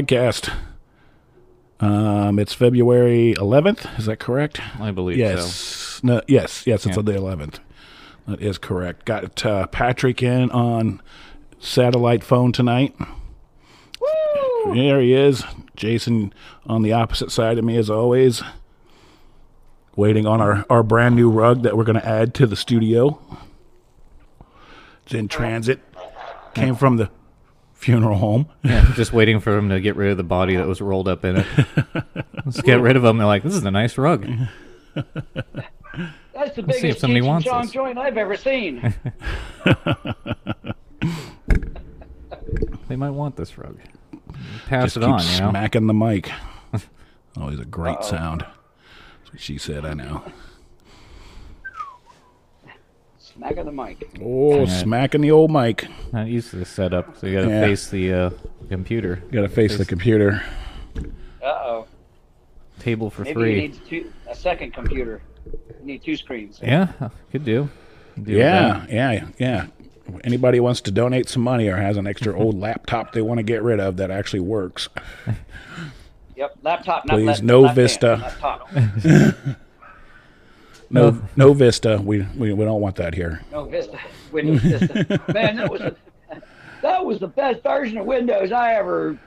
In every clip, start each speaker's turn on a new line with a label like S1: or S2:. S1: podcast. Um, it's February 11th. Is that correct?
S2: I believe
S1: Yes.
S2: so.
S1: No, yes. Yes. It's
S2: Yeah.
S1: on the 11th. That is correct. Got uh, Patrick in on satellite phone tonight. Woo! There he is. Jason on the opposite side of me, as always. Waiting on our, our brand new rug that we're going to add to the studio. It's in transit. Came from the funeral home.
S2: Yeah, just waiting for him to get rid of the body that was rolled up in it. Let's get rid of him. They're like, this is a nice rug.
S3: That's
S2: see
S3: the
S2: if
S3: biggest
S2: somebody
S3: Cheech and
S2: wants
S3: Chong
S2: this.
S3: joint I've ever seen.
S2: They might want this rug. Pass
S1: Just
S2: it
S1: keep
S2: on, you know.
S1: smacking the mic. Always a great sound. That's what she said, I know.
S3: Smack of the mic.
S1: Oh, smacking the old mic.
S2: Not used to this setup, so you got to
S1: Yeah.
S2: face the uh, computer.
S1: Got to face the computer.
S3: Uh oh.
S2: Table for
S3: Maybe
S2: free.
S3: you need two, a second computer. You need two screens.
S2: yeah, could do. Deal with
S1: Yeah, yeah, yeah. If Anybody wants to donate some money or has an extra old laptop they want to get rid of that actually works?
S3: Yep. Laptop, not
S1: Please,
S3: left-
S1: no
S3: left hand,
S1: Vista.
S3: Laptop.
S1: No, no Vista. We we, we don't want that here.
S3: No Vista. Windows Vista. Man, that was the, that was the best version of Windows I ever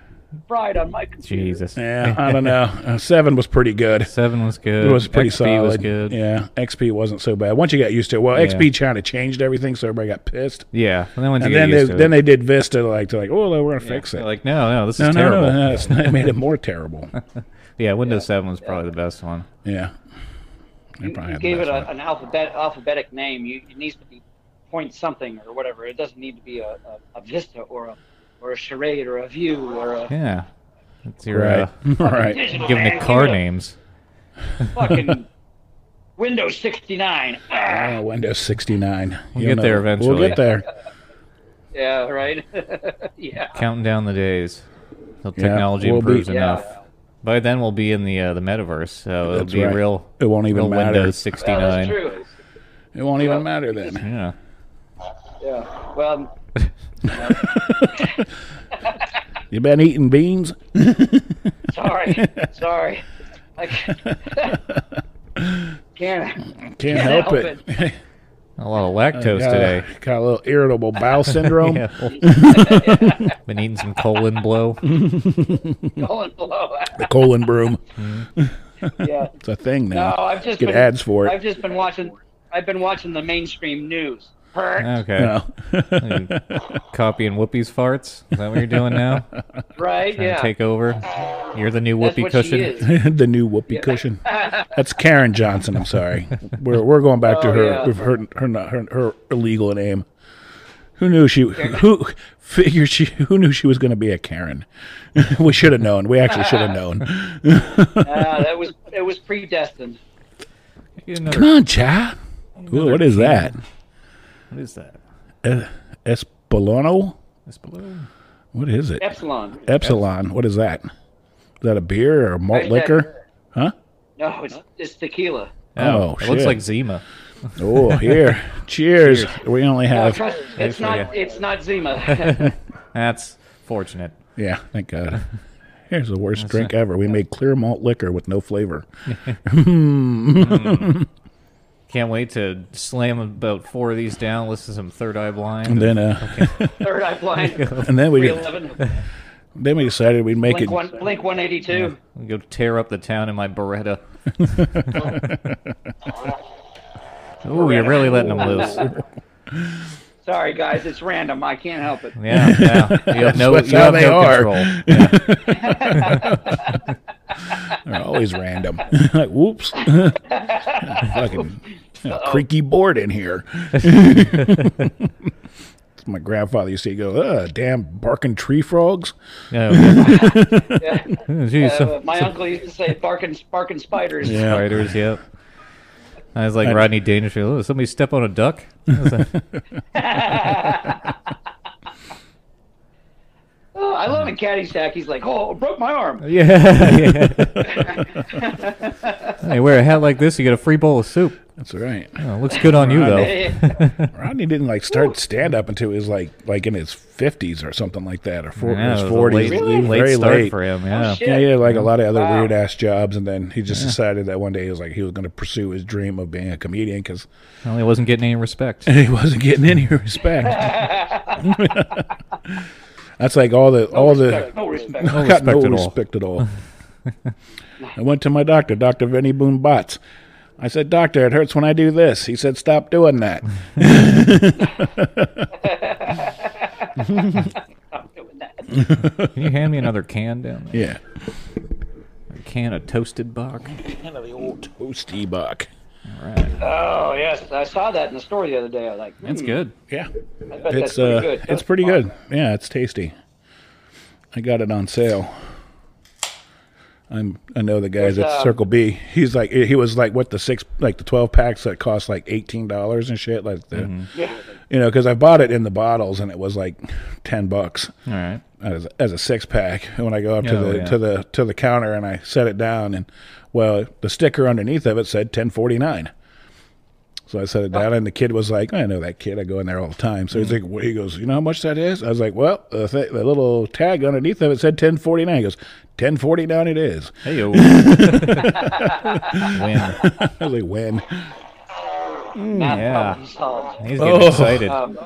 S3: fried on my
S2: that.
S3: computer.
S2: Jesus.
S1: Yeah, I don't know. Uh, seven was pretty good.
S2: Seven was good.
S1: It was pretty
S2: XP
S1: solid.
S2: was good. Yeah.
S1: Yeah, XP wasn't so bad. Once you got used to it, well, XP China changed everything, so everybody got pissed.
S2: And then once
S1: And
S2: you
S1: then
S2: get
S1: they,
S2: used to
S1: then
S2: it,
S1: they did Vista like to like, oh, well, we're gonna fix
S2: they're
S1: it.
S2: like, no, no, this
S1: no,
S2: is
S1: no,
S2: terrible.
S1: no, no, it's not, it made it more terrible.
S2: Yeah, Windows 7 was probably the best one.
S1: Yeah, They
S3: You,
S1: probably
S3: you
S1: had the
S3: gave it
S1: best
S3: a,
S1: one.
S3: an alphabet alphabetic name. You, it needs to be point something or whatever. It doesn't need to be a, a, a Vista or a or a charade or a view or a
S2: Yeah. That's your,
S1: right, all right.
S2: uh,
S3: Digital
S2: giving
S3: man,
S2: it car
S3: give it a
S2: names.
S3: Fucking Windows 69. Ah,
S1: Ah, Windows 69. We'll
S2: get
S1: We'll
S2: there eventually.
S1: get there.
S3: yeah, right. yeah.
S2: counting down the days till
S1: Uh, Yeah,
S2: technology
S1: we'll be-
S2: improves
S3: Yeah.
S2: enough. By then, we'll be in the uh, the metaverse, so it'll
S1: That's
S2: be
S1: right.
S2: real.
S1: It won't even
S2: real
S1: matter.
S2: Windows
S3: Yeah,
S2: 69.
S3: that's true.
S1: It won't even matter then.
S2: Yeah,
S3: Yeah. Well,
S1: You been eating beans?
S3: sorry. sorry. I can't- can't.
S1: Can't help, it.
S2: a lot of lactose
S1: Got a-
S2: today.
S1: Got a little irritable bowel syndrome.
S2: Yeah, well, been eating some colon blow.
S3: Going below.
S1: The colon broom.
S3: yeah.
S1: It's a thing
S3: No,
S1: now.
S3: I've just
S1: Get
S3: been,
S1: ads for it.
S3: I've just been watching. I've been watching the mainstream news. Hurt.
S2: Okay,
S1: No.
S2: copying Whoopi's farts. Is that what you're doing now?
S3: right.
S2: Trying to
S3: Yeah.
S2: Take over. You're the new
S3: That's
S2: Whoopi
S3: what
S2: cushion.
S3: she is.
S1: the new whoopee cushion. That's Karen Johnson. I'm sorry. We're we're going back to
S3: Oh,
S1: her
S3: yeah.
S1: with her her not- her her illegal name. Who knew she who figured she who knew she was going to be a Karen? we should have known. We actually should have known.
S3: Ah, that was it was predestined.
S2: Get another-
S1: Come on, child. Ooh, what is that?
S2: What is that?
S1: Espolano?
S2: It's below.
S1: What is it?
S3: Epsilon.
S1: Epsilon. What is that? Is that a beer or a malt
S3: Right,
S1: liquor?
S3: No, it's it's tequila.
S1: Oh,
S2: it looks
S1: shit.
S2: like Zima.
S1: Oh, here. Cheers. We only
S3: No,
S1: have.
S3: trust, it's
S2: for
S3: not.
S2: you.
S3: It's not Zima.
S2: That's fortunate.
S1: Yeah, thank God. Here's the worst drink ever. We made clear malt liquor with no flavor.
S2: Can't wait to slam about four of these down. Listen to some Third Eye Blind.
S1: And then, uh,
S3: Third Eye Blind.
S1: and then we
S3: 311.
S1: then we decided we'd make
S3: Blink
S1: it.
S3: one. Blink 182.
S2: I'll Go tear up the town in my Beretta. Ooh, you're really letting them loose.
S3: Sorry guys, it's random. I can't help it.
S2: Yeah, yeah. You have no,
S1: That's
S2: you
S1: how
S2: have
S1: they
S2: no
S1: are.
S2: control.
S1: They're always random. like, whoops. Fucking you know, creaky board in here. My grandfather used to go, "Ugh, damn barking tree frogs."
S2: Yeah, okay. Ooh,
S3: Uh,
S2: geez, some
S3: my uncle used to say barking, barking spiders.
S2: spiders, yep. I was like Rodney Dangerfield. Oh, somebody step on a duck? I was like,
S3: Oh, I love in Caddyshack. He's like, oh, I broke my arm.
S2: yeah, yeah. hey, wear a hat like this, you get a free bowl of soup.
S1: That's right.
S2: Oh, looks good on you though.
S1: Rodney didn't like start stand up until he was like like in his fifties or something like that, or four,
S2: Yeah, it
S1: his
S2: was a
S1: forties.
S2: late,
S1: Very
S2: late start
S1: late.
S2: for him. Yeah.
S3: shit.
S1: Yeah, he had like a lot of other
S3: Wow.
S1: weird ass jobs, and then he just decided that one day he was like he was going to pursue his dream of being a comedian because
S2: Well, he wasn't getting any respect.
S1: he wasn't getting any respect. That's like all the all the
S3: no respect.
S1: I
S2: No
S1: got no
S2: respect at all.
S1: respect at all. I went to my doctor, Doctor Vinny Boone Botts. I said, "Doctor, it hurts when I do this." He said, "Stop doing that."
S3: I'm doing that.
S2: Can you hand me another can down there?
S1: yeah,
S2: A can of toasted buck.
S1: kind of the old toasty buck.
S2: All right.
S3: Oh yes, I saw that in the store the other day. I was like,
S2: That's
S3: hmm,
S2: good.
S1: Yeah,
S3: I bet
S1: it's
S3: that's pretty
S1: uh,
S3: good.
S1: it's pretty good. Yeah, it's tasty. I got it on sale. I'm I know the guys
S3: What's,
S1: at
S3: um,
S1: Circle B. He's like he was like what the six like the twelve packs that cost like eighteen dollars and shit like the
S3: Yeah.
S1: you know because I bought it in the bottles and it was like ten bucks
S2: All right.
S1: as, as a six pack. And when I go up to
S2: Oh,
S1: the
S2: yeah.
S1: to the to the counter and I set it down, and well, the sticker underneath of it said ten forty nine. So I set it down, and the kid was like, "I know that kid. I go in there all the time." So he's
S2: Mm.
S1: like, "What?" He goes, "You know how much that is?" I was like, "Well, the, th- the little tag underneath of it said ten forty nine. He goes, 1049 it is."
S2: Hey yo. Win.
S1: I was like, "When?"
S3: Math
S2: Hmm, yeah.
S3: problem solved.
S2: He's getting
S1: Oh.
S2: excited.
S3: Um,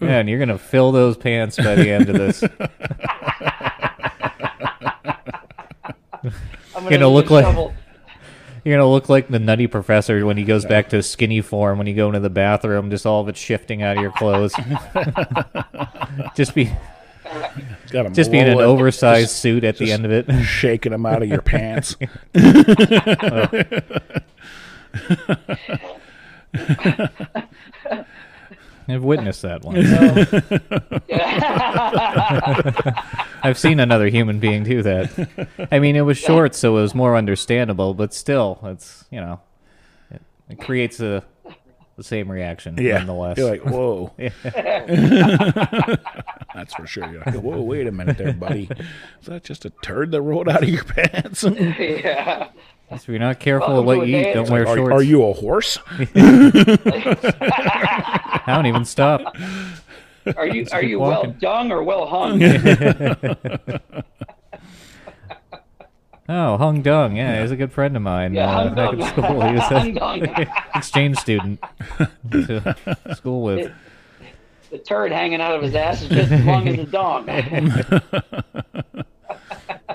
S2: Man, you're gonna fill those pants by the end of this. You're
S3: I'm
S2: Gonna look
S3: need a
S2: like-
S3: shovel.
S2: gonna look like the nutty professor when he goes back to skinny form when you go into the bathroom, just all of it shifting out of your clothes. just be
S1: Got him
S2: just being an
S1: rolling,
S2: oversized suit at the
S1: just-
S2: end of it.
S1: shaking them out of your pants.
S2: I've witnessed that one. I've seen another human being do that. I mean, it was short, so it was more understandable, but still, it's you know, it, it creates a the same reaction
S1: Yeah,
S2: nonetheless.
S1: you're like, "Whoa." That's for sure. You're like, whoa, wait a minute there, buddy. Is that just a turd that rolled out of your pants?
S3: yeah.
S2: So if you're not careful
S3: Welcome
S2: of what
S3: to
S2: you
S3: a
S2: eat,
S3: dance.
S2: don't wear
S1: Are,
S2: shorts.
S1: are you a horse?
S2: I don't even stop.
S3: Are you are
S2: keep
S3: you
S2: walking.
S3: well dung or well hung?
S2: Oh, Hung Dung. Yeah, he's a good friend of mine.
S3: Yeah,
S2: uh,
S3: hung
S2: back
S3: dung.
S2: at school, he was
S3: Hung dung.
S2: an exchange student to school with.
S3: The turd hanging out of his ass is just as long as the dong.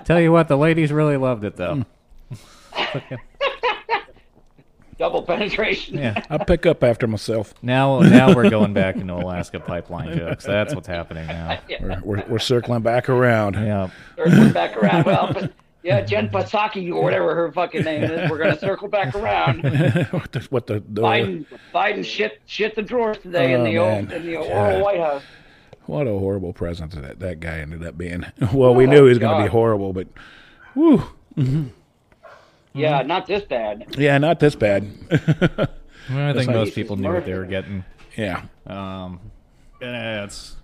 S2: Tell you what, the ladies really loved it
S1: Mm.
S2: though.
S3: Double penetration.
S2: Yeah.
S1: I pick up after myself.
S2: Now, now we're going back into Alaska pipeline jokes. That's what's happening now.
S1: We're, we're, we're circling back around.
S2: Yeah.
S3: Or come back around. Well, but- yeah, Jen Psaki or whatever her fucking name is. We're gonna circle back around.
S1: what the, what the, the-
S3: Biden, Biden shit shit the drawers today
S1: Oh,
S3: in the
S1: man.
S3: old in the
S1: God.
S3: oral White House.
S1: what a horrible president that that guy ended up being. Well, we knew he was going to be
S3: God.
S1: horrible, but whew,
S3: Yeah, not this bad.
S1: yeah, not this bad.
S2: I think
S1: like-
S2: most people knew what they were getting.
S1: yeah,
S2: Um, yeah, it's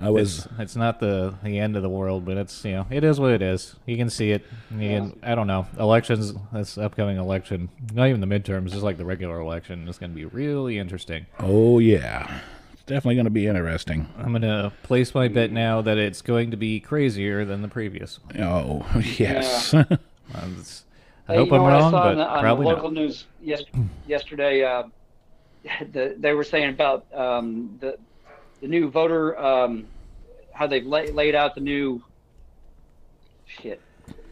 S1: I was.
S2: it's not the the end of the world, but it's you know it is what it is. You can see it. You can, I don't know elections. This upcoming election, not even the midterms, just like the regular election, is going to be really interesting.
S1: Oh yeah, it's definitely going to be interesting.
S2: I'm going to place my bet now that it's going to be crazier than the previous. one.
S1: Oh yes,
S2: Um, it's- I
S3: Hey,
S2: hope
S3: you know
S2: I'm
S3: what
S2: wrong,
S3: I saw
S2: but
S3: on the, on
S2: probably
S3: the local
S2: not. Hmm.
S3: news yes, yesterday, uh, the, they were saying about um, the the new voter, um, how they've la- laid out the new shit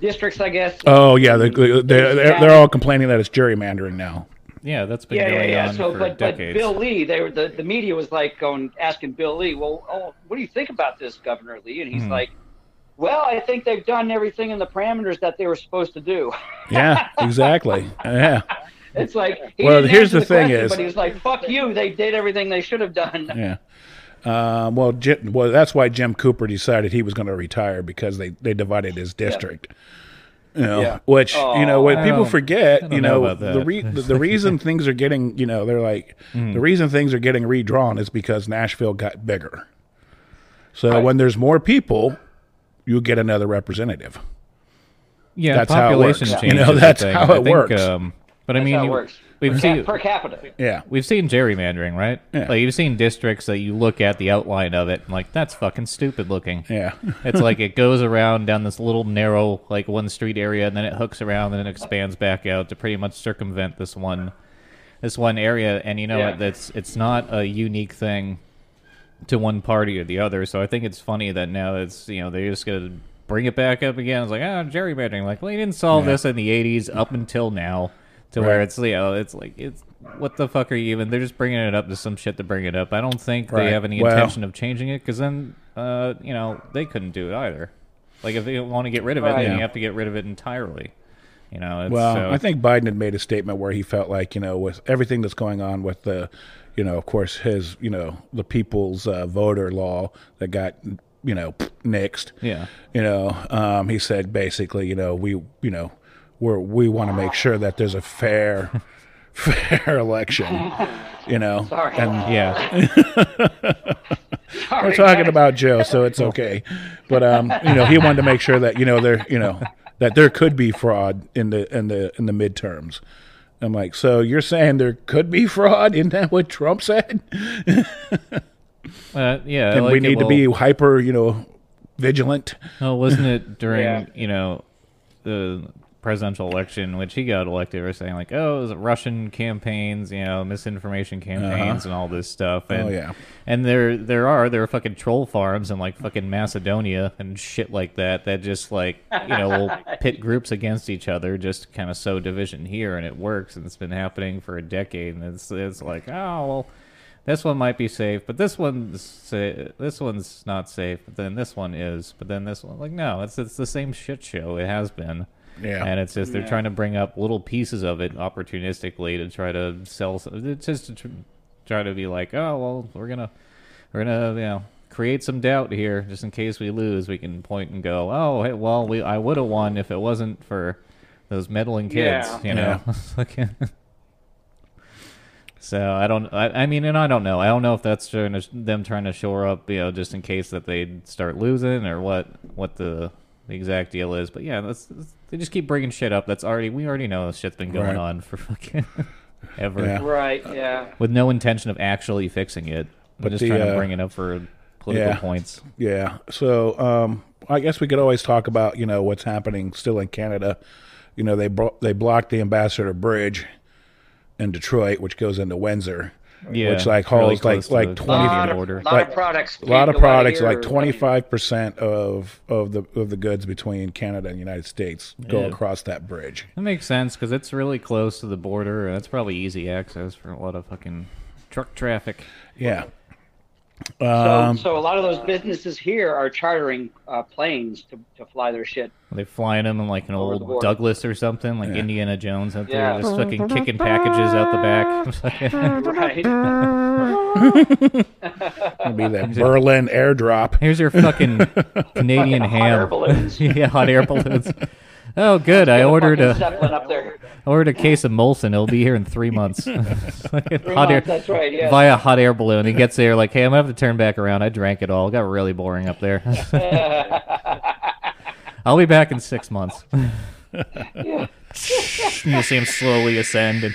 S3: districts, I guess.
S1: oh yeah, they they're, they're, they're all complaining that it's gerrymandering now.
S2: Yeah, that's been
S3: yeah, yeah,
S2: going
S3: yeah.
S2: on
S3: So,
S2: for
S3: but, but
S2: decades.
S3: Bill Lee, they were the, the media was like going asking Bill Lee, well, oh, what do you think about this, Governor Lee? And
S2: Hmm.
S3: he's like, well, I think they've done everything in the parameters that they were supposed to do.
S1: Yeah, exactly. Yeah,
S3: It's like he
S1: Well,
S3: didn't
S1: here's
S3: answer
S1: the thing
S3: question,
S1: is-
S3: but he was like, "Fuck you! They did everything they should have done."
S1: yeah. Um, well, Jim, well, that's why Jim Cooper decided he was going to retire because they, they divided his district. You know,
S3: Yeah.
S1: which you know,
S2: Oh.
S1: what
S2: I
S1: people
S2: don't- I
S1: forget,
S2: don't
S1: you
S2: know
S1: know,
S2: about
S1: the
S2: that. Hmm.
S1: re- the, the reason things are getting, you know, they're like the reason things are getting redrawn is because Nashville got bigger. So when there's more people, you get another representative.
S2: Yeah,
S1: That's how it
S2: population
S1: works.
S2: change.
S1: You know,
S2: is a
S1: that's
S2: thing.
S1: how
S2: I
S1: it
S2: think,
S1: works.
S2: Um, but But I
S3: That's
S2: mean,
S3: how it
S2: you-
S3: works.
S2: we've
S3: Per,
S2: seen
S3: cap- per capita.
S1: Yeah.
S2: we've seen gerrymandering, right?
S1: Yeah.
S2: Like you've seen districts that you look at the outline of it and like that's fucking stupid looking.
S1: Yeah.
S2: it's like it goes around down this little narrow like one street area and then it hooks around and then it expands back out to pretty much circumvent this one this one area and you know
S3: Yeah.
S2: what that's it's not a unique thing to one party or the other so i think it's funny that now it's you know they're just gonna bring it back up again it's like ah gerrymandering like well you didn't solve this in the 80s up until now to where
S1: Right.
S2: it's you know it's like it's what the fuck are you even they're just bringing it up to some shit to bring it up i don't think
S1: Right.
S2: they have any
S1: Well-
S2: intention of changing it because then uh, you know they couldn't do it either like if they want to get rid of it
S3: Right.
S2: then
S1: Yeah.
S2: you have to get rid of it entirely you know it's,
S1: Well,
S2: so
S1: I think Biden had made a statement where he felt like, you know, with everything that's going on with the, you know, of course, his, you know, the people's uh, voter law that got, you know, nixed.
S2: Yeah.
S1: You know, um, he said basically, you know, we, you know, we're, we want to make sure that there's a fair, fair election, you know.
S3: Sorry.
S1: And
S2: yeah
S3: Sorry,
S1: we're talking
S3: guys.
S1: about Joe, so it's okay. But um, you know, he wanted to make sure that you know there, you know, that there could be fraud in the in the in the midterms. I'm like, so you're saying there could be fraud? Isn't that what Trump said?
S2: uh, yeah
S1: And
S2: like
S1: we
S2: it
S1: need to
S2: will-
S1: be hyper, you know, vigilant.
S2: No, wasn't it during
S3: Yeah.
S2: you know the presidential election, which he got elected, or saying like, oh, it was Russian campaigns, you know, misinformation campaigns, and all this stuff. And,
S1: Uh-huh. Oh, yeah.
S2: and there there are there are fucking troll farms in like fucking Macedonia and shit like that that just like you know will pit groups against each other just to kind of sow division here, and it works, and it's been happening for a decade, and it's it's like oh well. This one might be safe, but this one's sa- this one's not safe. But then this one is, but then this one like no, it's it's the same shit show it has been.
S1: Yeah.
S2: and it's just they're trying to bring up little pieces of it opportunistically to try to sell. s- It's just to tr- try to be like, oh well, we're gonna we're gonna you know create some doubt here, just in case we lose, we can point and go, oh hey, well, we I would have won if it wasn't for those meddling kids,
S3: Yeah.
S2: you know. Fucking- so I don't. I, I mean, and I don't know. I don't know if that's trying to, them trying to shore up, you know, just in case that they start losing or what. What the the exact deal is, but yeah, that's, that's- they just keep bringing shit up. That's already we already know this shit's been going
S1: Right.
S2: on for fucking ever
S1: Yeah.
S3: Right. Yeah.
S2: with no intention of actually fixing it. But
S1: But
S2: just
S1: the,
S2: trying to
S1: uh,
S2: bring it up for political
S1: yeah.
S2: points.
S1: Yeah. So um, I guess we could always talk about you know what's happening still in Canada. You know they bro- they blocked the Ambassador Bridge in Detroit, which goes into Windsor.
S2: Yeah,
S1: Which like
S2: it's really
S1: holds
S2: close
S1: like
S2: to
S1: like
S2: the
S1: twenty
S2: Canadian
S3: Lot of,
S2: border.
S3: lot
S1: Like-
S3: of products.
S1: a lot of
S3: came to
S1: products
S3: here,
S1: like
S3: but-
S1: 25% of of the of the goods between Canada and the United States go across that bridge.
S2: That makes sense because it's really close to the border. and That's probably easy access for a lot of fucking truck traffic.
S1: Yeah.
S3: So,
S1: Um,
S3: so a lot of those businesses here are chartering uh, planes to, to fly their shit.
S2: They're flying them in like an
S3: Over the
S2: old
S3: border.
S2: Douglas or something, like Indiana Jones out there,
S3: Oh, Yeah.
S2: just fucking kicking packages out the back.
S3: Right.
S1: it'll be that Berlin airdrop.
S2: Here's your fucking Canadian
S3: Hot
S2: ham.
S3: air balloons.
S2: yeah, hot air balloons. Oh, good. I ordered
S3: Fucking
S2: a
S3: Zeppelin up there.
S2: I ordered a case of Molson. It'll be here in three months. hot
S3: months, that's right, yes.
S2: Via hot air balloon. He gets there like, hey, I'm gonna have to turn back around. I drank it all. It got really boring up there. I'll be back in six months. And you see him slowly ascend and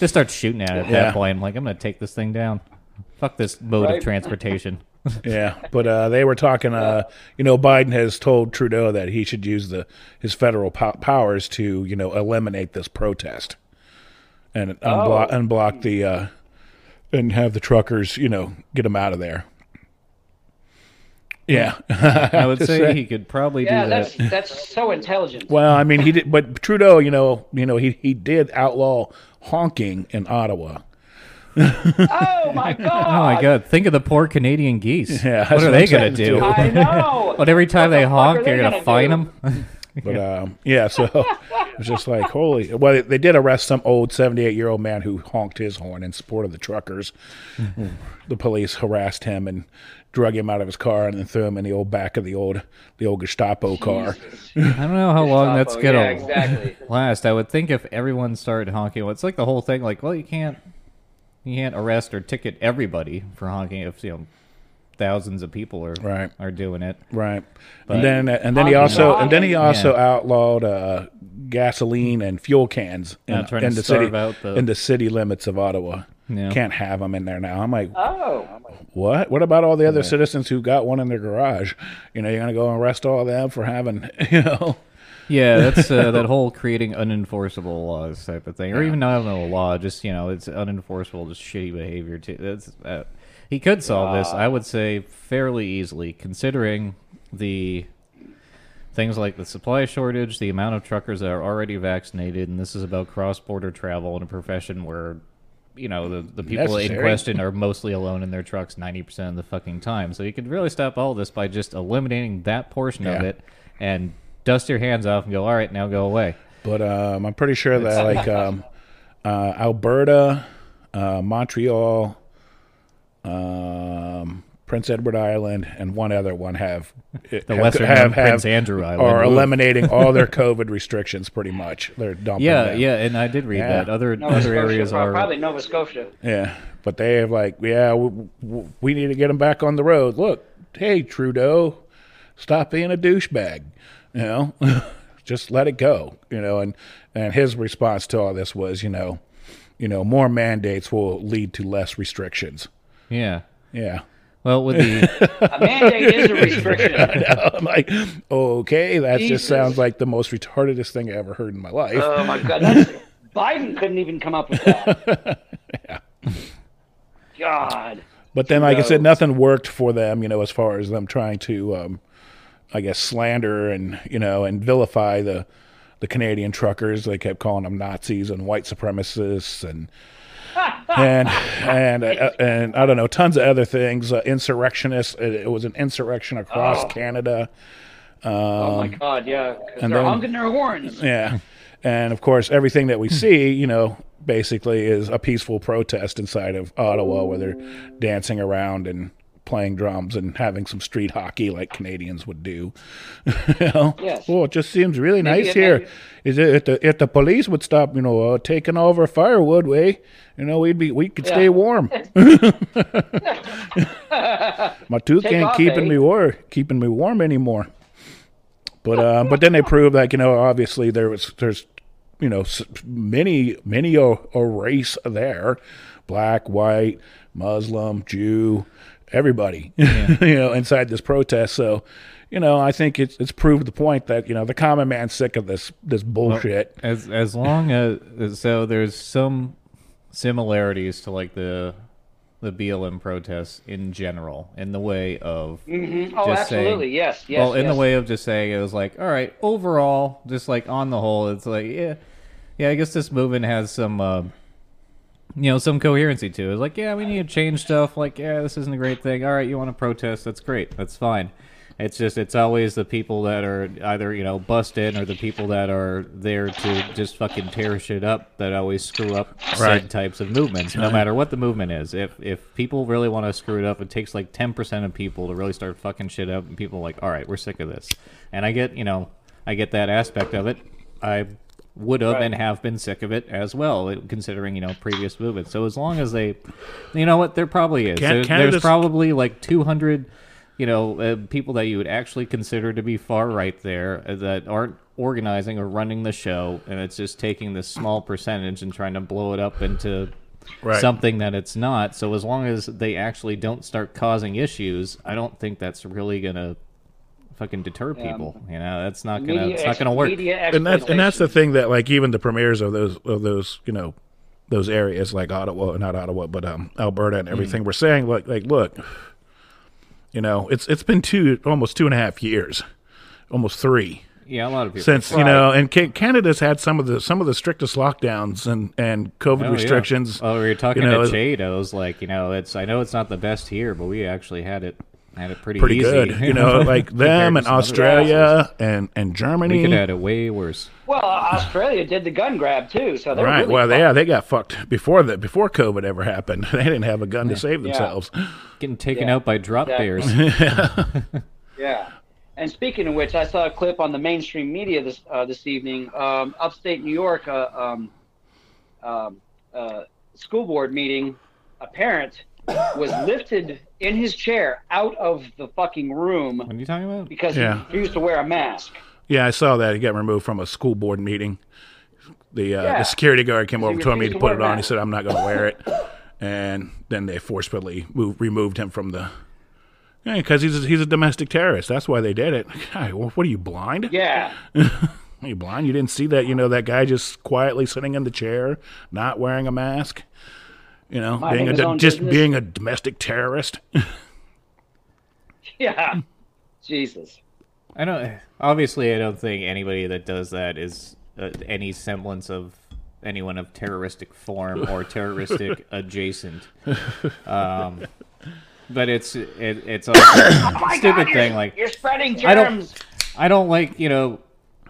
S2: just start shooting at it at
S1: Yeah.
S2: that point. I'm like, I'm gonna take this thing down. Fuck this mode
S3: Right.
S2: of transportation.
S1: Yeah, but uh, they were talking uh, you know Biden has told Trudeau that he should use the his federal po- powers to, you know, eliminate this protest and unblock unblock the uh, and have the truckers, you know, get them out of there. Yeah.
S2: I would say
S1: say.
S2: he could probably
S3: Yeah,
S2: do
S3: that's
S2: that.
S3: that's so intelligent.
S1: Well, I mean, he did, but Trudeau, you know, you know, he he did outlaw honking in Ottawa.
S3: Oh my god!
S2: Oh my god! Think of the poor Canadian geese.
S1: Yeah, that's
S2: what are
S1: what
S2: they
S1: I'm
S2: gonna
S1: saying,
S2: do?
S1: too.
S3: I know.
S2: But every time they
S3: the fuck are
S2: honk,
S3: they
S2: you're gonna,
S3: gonna
S2: fine
S3: do?
S2: them.
S1: But um, yeah, so it was just like holy. Well, they did arrest some old seventy-eight-year-old man who honked his horn in support of the truckers. the police harassed him and drug him out of his car and then threw him in the old back of the old the old Gestapo car.
S2: I don't know how long that's
S3: Gestapo,
S2: gonna
S3: yeah, exactly.
S2: last. I would think if everyone started honking, well, it's like the whole thing. Like, well, you can't, you can't arrest or ticket everybody for honking if you know thousands of people are
S1: Right.
S2: are doing it.
S1: Right. and then and then he
S3: Honking
S1: also and then
S3: dogs.
S1: he also outlawed uh, gasoline and fuel cans in,
S2: Not trying to
S1: in the
S2: starve
S1: city
S2: out the-
S1: in the city limits of Ottawa.
S2: Yeah.
S1: Can't have them in there now. I'm like,
S3: Oh,
S1: what? What about all the other citizens who got one in their garage? You know, you're gonna go arrest all of them for having, you know,
S2: Yeah, that's uh, that whole creating unenforceable laws type of thing, or even not even a law, just you know, it's unenforceable, just shitty behavior too. That's uh, he could solve this, I would say, fairly easily, considering the things like the supply shortage, the amount of truckers that are already vaccinated, and this is about cross-border travel in a profession where. You know the, the people in
S1: Necessary.
S2: question are mostly alone in their trucks ninety percent of the fucking time. So you could really stop all this by just eliminating that portion of
S1: Yeah.
S2: it and dust your hands off and go, all right, now go away.
S1: But um, I'm pretty sure that like um, uh, Alberta, uh, Montreal, um, Prince Edward Island, and one other one have the have,
S2: lesser known Prince Andrew Island.
S1: are
S2: Ooh.
S1: eliminating all their COVID restrictions. Pretty much, they're dumping.
S2: Yeah,
S1: them.
S2: yeah, and I did read
S1: Yeah.
S2: that. Other
S3: Nova
S2: other
S3: Scotia,
S2: areas
S3: prob-
S2: are
S3: probably Nova Scotia.
S1: yeah. But they have like, yeah, we, we need to get them back on the road. Look, hey Trudeau, stop being a douchebag. You know, just let it go. You know, and and his response to all this was, you know, you know, more mandates will lead to less restrictions.
S2: yeah.
S1: Yeah.
S2: Well, with the
S3: A mandate is a restriction.
S1: I'm like, okay, that just
S3: Jesus.
S1: sounds like the most retardedest thing I ever heard in my life.
S3: Oh my God, that's, Biden couldn't even come up with that. God.
S1: But then, like I said,
S3: Kudos.
S1: nothing worked for them, you know, as far as them trying to, um, I guess, slander and you know, and vilify the the Canadian truckers. They kept calling them Nazis and white supremacists and and and uh, and I don't know, tons of other things. Uh, insurrectionists. It, it was an insurrection across Canada.
S3: oh
S2: Um,
S3: my God, yeah. 'cause
S1: and
S3: they're
S1: then-
S3: honking their horns.
S1: Yeah. And of course, everything that we
S3: Hmm.
S1: see, you know, basically is a peaceful protest inside of Ottawa where they're dancing around and playing drums and having some street hockey like Canadians would do. you know?
S3: Yes.
S1: Oh, it just seems really
S3: Maybe
S1: nice
S3: it-
S1: here.
S3: maybe-
S1: Is it if the if the police would stop, you know, uh, taking over firewood way, you know, we'd be we could stay
S3: Yeah.
S1: warm. My tooth
S3: Take
S1: ain't
S3: off,
S1: keeping
S3: eh?
S1: me war keeping me warm anymore. But uh, but then they proved like you know obviously there was there's you know s- many many a, a race there, black, white, Muslim, Jew, everybody you know inside this protest. So you know I think it's it's proved the point that you know the common man's sick of this this bullshit.
S2: as as long as so there's some similarities to like the the BLM protests in general in the way of
S3: Oh,
S2: just
S3: absolutely.
S2: saying-
S3: yes, yes.
S2: well, in
S3: yes.
S2: the way of just saying it was like, all right, overall, just like on the whole, it's like, yeah, yeah. I guess this movement has some, uh, you know, some coherency to it. It's like, yeah, we need to change stuff. Like, yeah, this isn't a great thing. All right, you want to protest? That's great. That's fine. It's just it's always the people that are either you know busted or the people that are there to just fucking tear shit up that always screw up
S1: Right.
S2: said types of movements, no matter what the movement is. If if people really want to screw it up, it takes like ten percent of people to really start fucking shit up, and people are like, all right, we're sick of this. And I get, you know, I get that aspect of it. I would have and have been sick of it as well, considering you know previous movements. So as long as they, you know what, there probably is.
S1: Can-
S2: There's-
S1: Canada's-
S2: there's probably like two hundred. You know, uh, people that you would actually consider to be far right there uh, that aren't organizing or running the show, and it's just taking this small percentage and trying to blow it up into
S1: Right.
S2: something that it's not. So as long as they actually don't start causing issues, I don't think that's really gonna fucking deter people. You know, that's not gonna
S3: Media
S2: it's
S3: ex-
S2: not gonna work.
S3: media
S1: and that's and that's the thing
S3: exploitation.
S1: that like even the premiers of those of those you know those areas like Ottawa not Ottawa but um Alberta
S2: Mm.
S1: and everything were saying like like look you know it's it's been two almost two and a half years almost three
S2: Yeah, a lot of people.
S1: since you know and Ca- Canada's had some of the some of the strictest lockdowns and and COVID
S2: Oh, yeah.
S1: restrictions
S2: Oh, we were talking
S1: you know,
S2: to Jade. I was like, you know, it's I know it's not the best here, but we actually had it had it pretty
S1: pretty
S2: easy.
S1: good you know like
S2: compared
S1: them
S2: to
S1: and
S2: some other
S1: Australia and and
S2: places. We
S1: Germany
S2: could have had it way worse.
S3: Well, Australia did the gun grab too, so they're
S1: right
S3: Really
S1: well yeah they got fucked before that before COVID ever happened they didn't have a gun to save themselves.
S2: Getting taken
S3: Yeah.
S2: out by drop
S3: Yeah.
S2: bears.
S3: Yeah. And speaking of which, I saw a clip on the mainstream media this uh, this evening. Um, upstate New York, uh, um, um, uh, school board meeting. A parent was lifted in his chair out of the fucking room
S2: What are you talking about?
S3: because
S1: Yeah.
S3: he refused to wear a mask.
S1: Yeah, I saw that. He got removed from a school board meeting. The uh,
S3: Yeah.
S1: the security guard came over,
S3: he
S1: told me
S3: refused
S1: to
S3: to
S1: put
S3: wear
S1: it
S3: a
S1: on. He
S3: mask.
S1: said, "I'm not going to wear it," and then they forcefully moved, removed him from the. Yeah, because he's a, he's a domestic terrorist. That's why they did it. God, well, what are you blind?
S3: Yeah.
S1: Are you blind? You didn't see that? You know that guy just quietly sitting in the chair, not wearing a mask. You know, being a
S3: his
S1: do-
S3: own
S1: just
S3: business.
S1: being a domestic terrorist.
S3: Yeah. Jesus.
S2: I don't. Obviously, I don't think anybody that does that is uh, any semblance of anyone of terroristic form or terroristic adjacent. Um, but it's it, it's a
S1: Oh
S2: stupid thing. Like
S3: You're spreading germs.
S2: I don't I don't like you know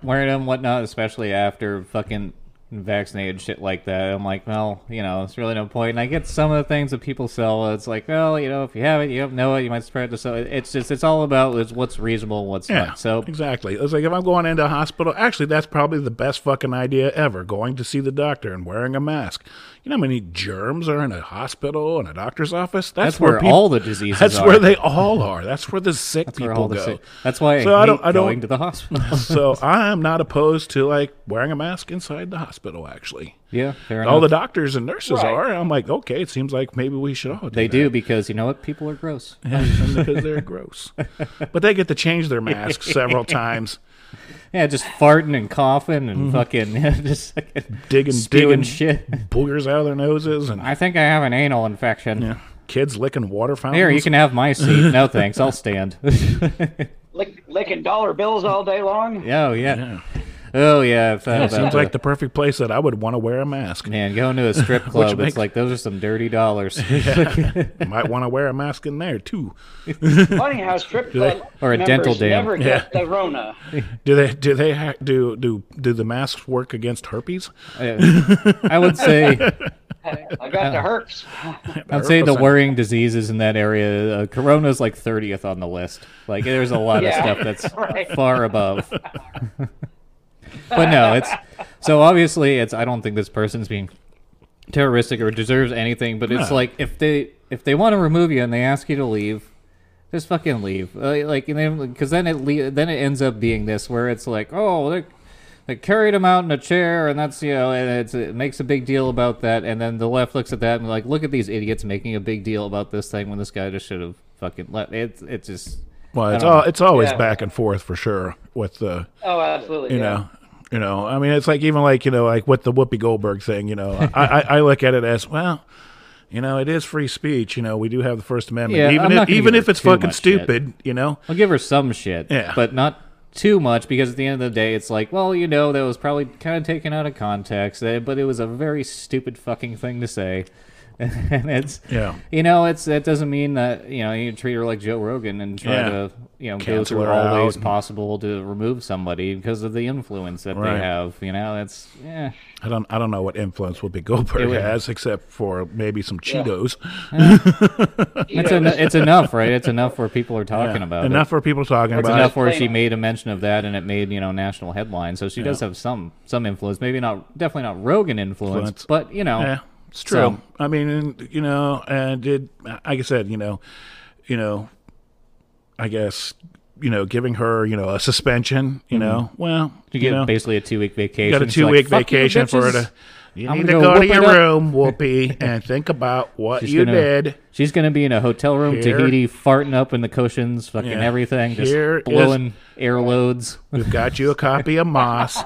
S2: wearing them whatnot, especially after fucking vaccinated shit like that. I'm like, well, you know, it's really no point. And I get some of the things that people sell. It's like, well, you know, if you have it, you don't know it. You might spread it. So it's just it's all about is what's reasonable, and what's
S1: Yeah,
S2: not. So
S1: exactly. It's like if I'm going into a hospital. Actually, that's probably the best fucking idea ever. Going to see the doctor and wearing a mask. You know how many germs are in a hospital and a doctor's office?
S2: That's where
S1: peop-
S2: all the diseases
S1: That's
S2: are.
S1: where they all are. That's where the sick
S2: That's where
S1: people
S2: all the
S1: go.
S2: sick- That's why I
S1: So I
S2: hate
S1: don't- I don't-
S2: going to the hospital.
S1: so I am not opposed to like wearing a mask inside the hospital. Actually,
S2: yeah, fair
S1: all the
S2: enough.
S1: doctors and nurses
S3: Right.
S1: are. I'm like, okay, it seems like maybe we should all. Do
S2: they
S1: that.
S2: do because you know what? People are gross.
S1: And because they're gross, but they get to change their masks several times.
S2: Yeah, just farting and coughing and fucking just like,
S1: Mm-hmm. Digging-
S2: spewing
S1: digging.
S2: shit.
S1: Boogers out of their noses and
S2: I think I have an anal infection.
S1: kids licking water fountains.
S2: Here, you can have my seat. No thanks, I'll stand. Oh,
S3: Lick, licking dollar bills all day long.
S2: oh yeah. oh yeah. I thought about
S1: Seems
S2: that.
S1: like the perfect place that I would want to wear a mask.
S2: man going to a strip club.
S1: makes-
S2: It's like those are some dirty dollars.
S1: Might want to wear a mask in there too.
S3: Funny how strip
S1: they-
S3: club
S2: Or a dental
S3: members
S2: dam.
S3: never get the Rona.
S1: Do they? Do they? Ha- do do do the masks work against herpes?
S2: I I would say
S3: I got the herpes.
S2: I'd say the worrying diseases in that area. Uh, Corona's like thirtieth on the list. Like there's a lot
S3: Yeah.
S2: of stuff that's
S3: Right.
S2: far above. but no, it's so obviously it's. I don't think this person's being terroristic or deserves anything. But it's
S1: No.
S2: like if they if they want to remove you and they ask you to leave, just fucking leave. Uh, like because then it le- then it ends up being this where it's like oh they they carried him out in a chair and that's you know and it's, it makes a big deal about that and then the left looks at that and like look at these idiots making a big deal about this thing when this guy just should have fucking let it. It's just
S1: Well, it's
S2: don't
S1: all, it's always
S3: Yeah.
S1: back and forth for sure with the
S3: Oh, absolutely.
S1: you
S3: yeah.
S1: know you know I mean it's like even like you know like with the Whoopi Goldberg thing you know I, I I look at it as well. You know, it is free speech. You know, we do have the First Amendment.
S2: Yeah,
S1: even
S2: I'm not
S1: if,
S2: gonna
S1: even
S2: give
S1: if
S2: her
S1: it's
S2: too
S1: fucking
S2: much shit.
S1: stupid, you know.
S2: I'll give her some shit,
S1: Yeah.
S2: but not too much because at the end of the day, it's like, well, you know, that was probably kind of taken out of context, eh, but it was a very stupid fucking thing to say. and it's
S1: Yeah.
S2: you know, it's that doesn't mean that you know you treat her like Joe Rogan and try
S1: Yeah.
S2: to you know go
S1: Cancel
S2: through
S1: her
S2: all
S1: out
S2: ways
S1: and-
S2: possible to remove somebody because of the influence that
S1: Right.
S2: they have. You know, it's yeah.
S1: I don't I don't know what influence Whoopi Goldberg
S2: It would-
S1: has except for maybe some Cheetos.
S2: It's, en- it's enough, right? It's enough where people are talking about
S1: enough
S2: it.
S1: for people talking
S2: It's
S1: about
S2: enough
S1: it.
S2: where she made a mention of that, and it made you know national headlines. So she does have some some influence, maybe not definitely not Rogan influence,
S1: Influence.
S2: but you know,
S1: Yeah, it's true.
S2: So-
S1: I mean, and, you know, and it, like I said, you know, you know, I guess, you know, giving her, you know, a suspension, you know, well,
S2: you
S1: you,
S2: Mm-hmm. get
S1: know,
S2: basically a two week vacation.
S1: got a
S2: She's
S1: two week
S2: like, "Fuck you,
S1: vacation for her
S2: bitches."
S1: to. You
S2: I'm
S1: need to
S2: gonna
S1: go to
S2: whip it
S1: your
S2: up.
S1: room, Whoopi, and think about what
S2: She's
S1: you
S2: gonna-
S1: did.
S2: She's gonna be in a hotel room,
S1: Here-
S2: Tahiti, farting up in the cushions, fucking
S1: Yeah.
S2: everything, just
S1: Here is-
S2: blowing air loads.
S1: We've got you a copy of Moss.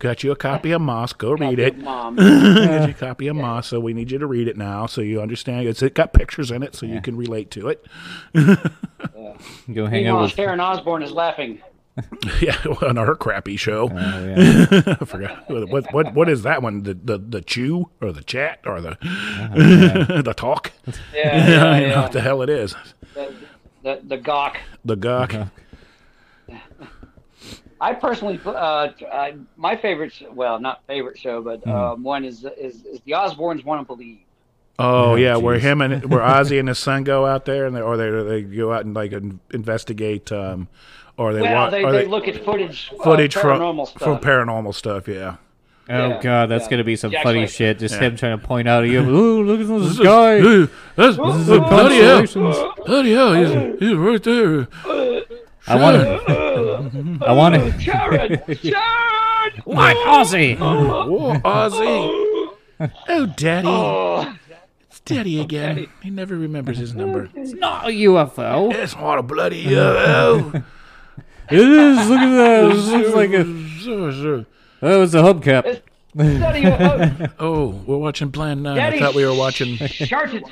S1: Got you a copy of Moss. Go read it.
S3: Mom.
S1: Got you a copy of Moss, so we need you to read it now, so you understand. It's it got pictures in it, so you can relate to it.
S2: Go hang out
S3: Meanwhile,
S2: with.
S3: Sharon Osbourne is laughing.
S1: Yeah, on her crappy show.
S2: Oh, yeah.
S1: I forgot what, what what what is that one? The the the chew or the chat or the the talk?
S3: Yeah.
S1: I
S3: yeah,
S1: don't know
S3: yeah.
S1: what the hell it is.
S3: The, the, the gawk.
S1: The gawk.
S3: I personally, uh, I, my favorite, sh- well, not favorite show,
S1: Hmm.
S3: but um, one is, is is the Osbournes want to believe.
S1: Oh
S2: Oh,
S1: yeah, where
S2: geez.
S1: him and where Ozzy and his son go out there and they, or they they go out and like in- investigate um or they
S3: Well,
S1: wa-
S3: they,
S1: or
S3: they look at footage,
S1: footage
S3: uh,
S1: from
S3: paranormal stuff.
S1: from paranormal stuff. Yeah.
S2: Oh
S3: Yeah.
S2: god, that's
S3: Yeah.
S2: gonna be some
S3: Yeah,
S2: funny
S3: actually-
S2: shit. Just
S1: Yeah.
S2: him trying to point out at you. Ooh, look at this
S1: This
S2: guy.
S1: is, ooh, that's- this is a bloody hell.
S2: Constellations.
S1: Bloody hell, he's, he's right there.
S2: I want to. I want to.
S3: Sharon! Sharon!
S2: What Aussie?
S1: Whoa, Ozzy. Oh, Daddy.
S3: Oh,
S1: It's Daddy again. He never remembers his number.
S2: It's not a UFO.
S1: It's not a bloody uh, oh. UFO.
S2: It is. Look at that. It looks like a. Oh, it's a hubcap.
S3: Daddy, oh,
S1: Oh, we're watching Plan 9.
S3: Daddy
S1: I thought we were watching.
S3: Shart it.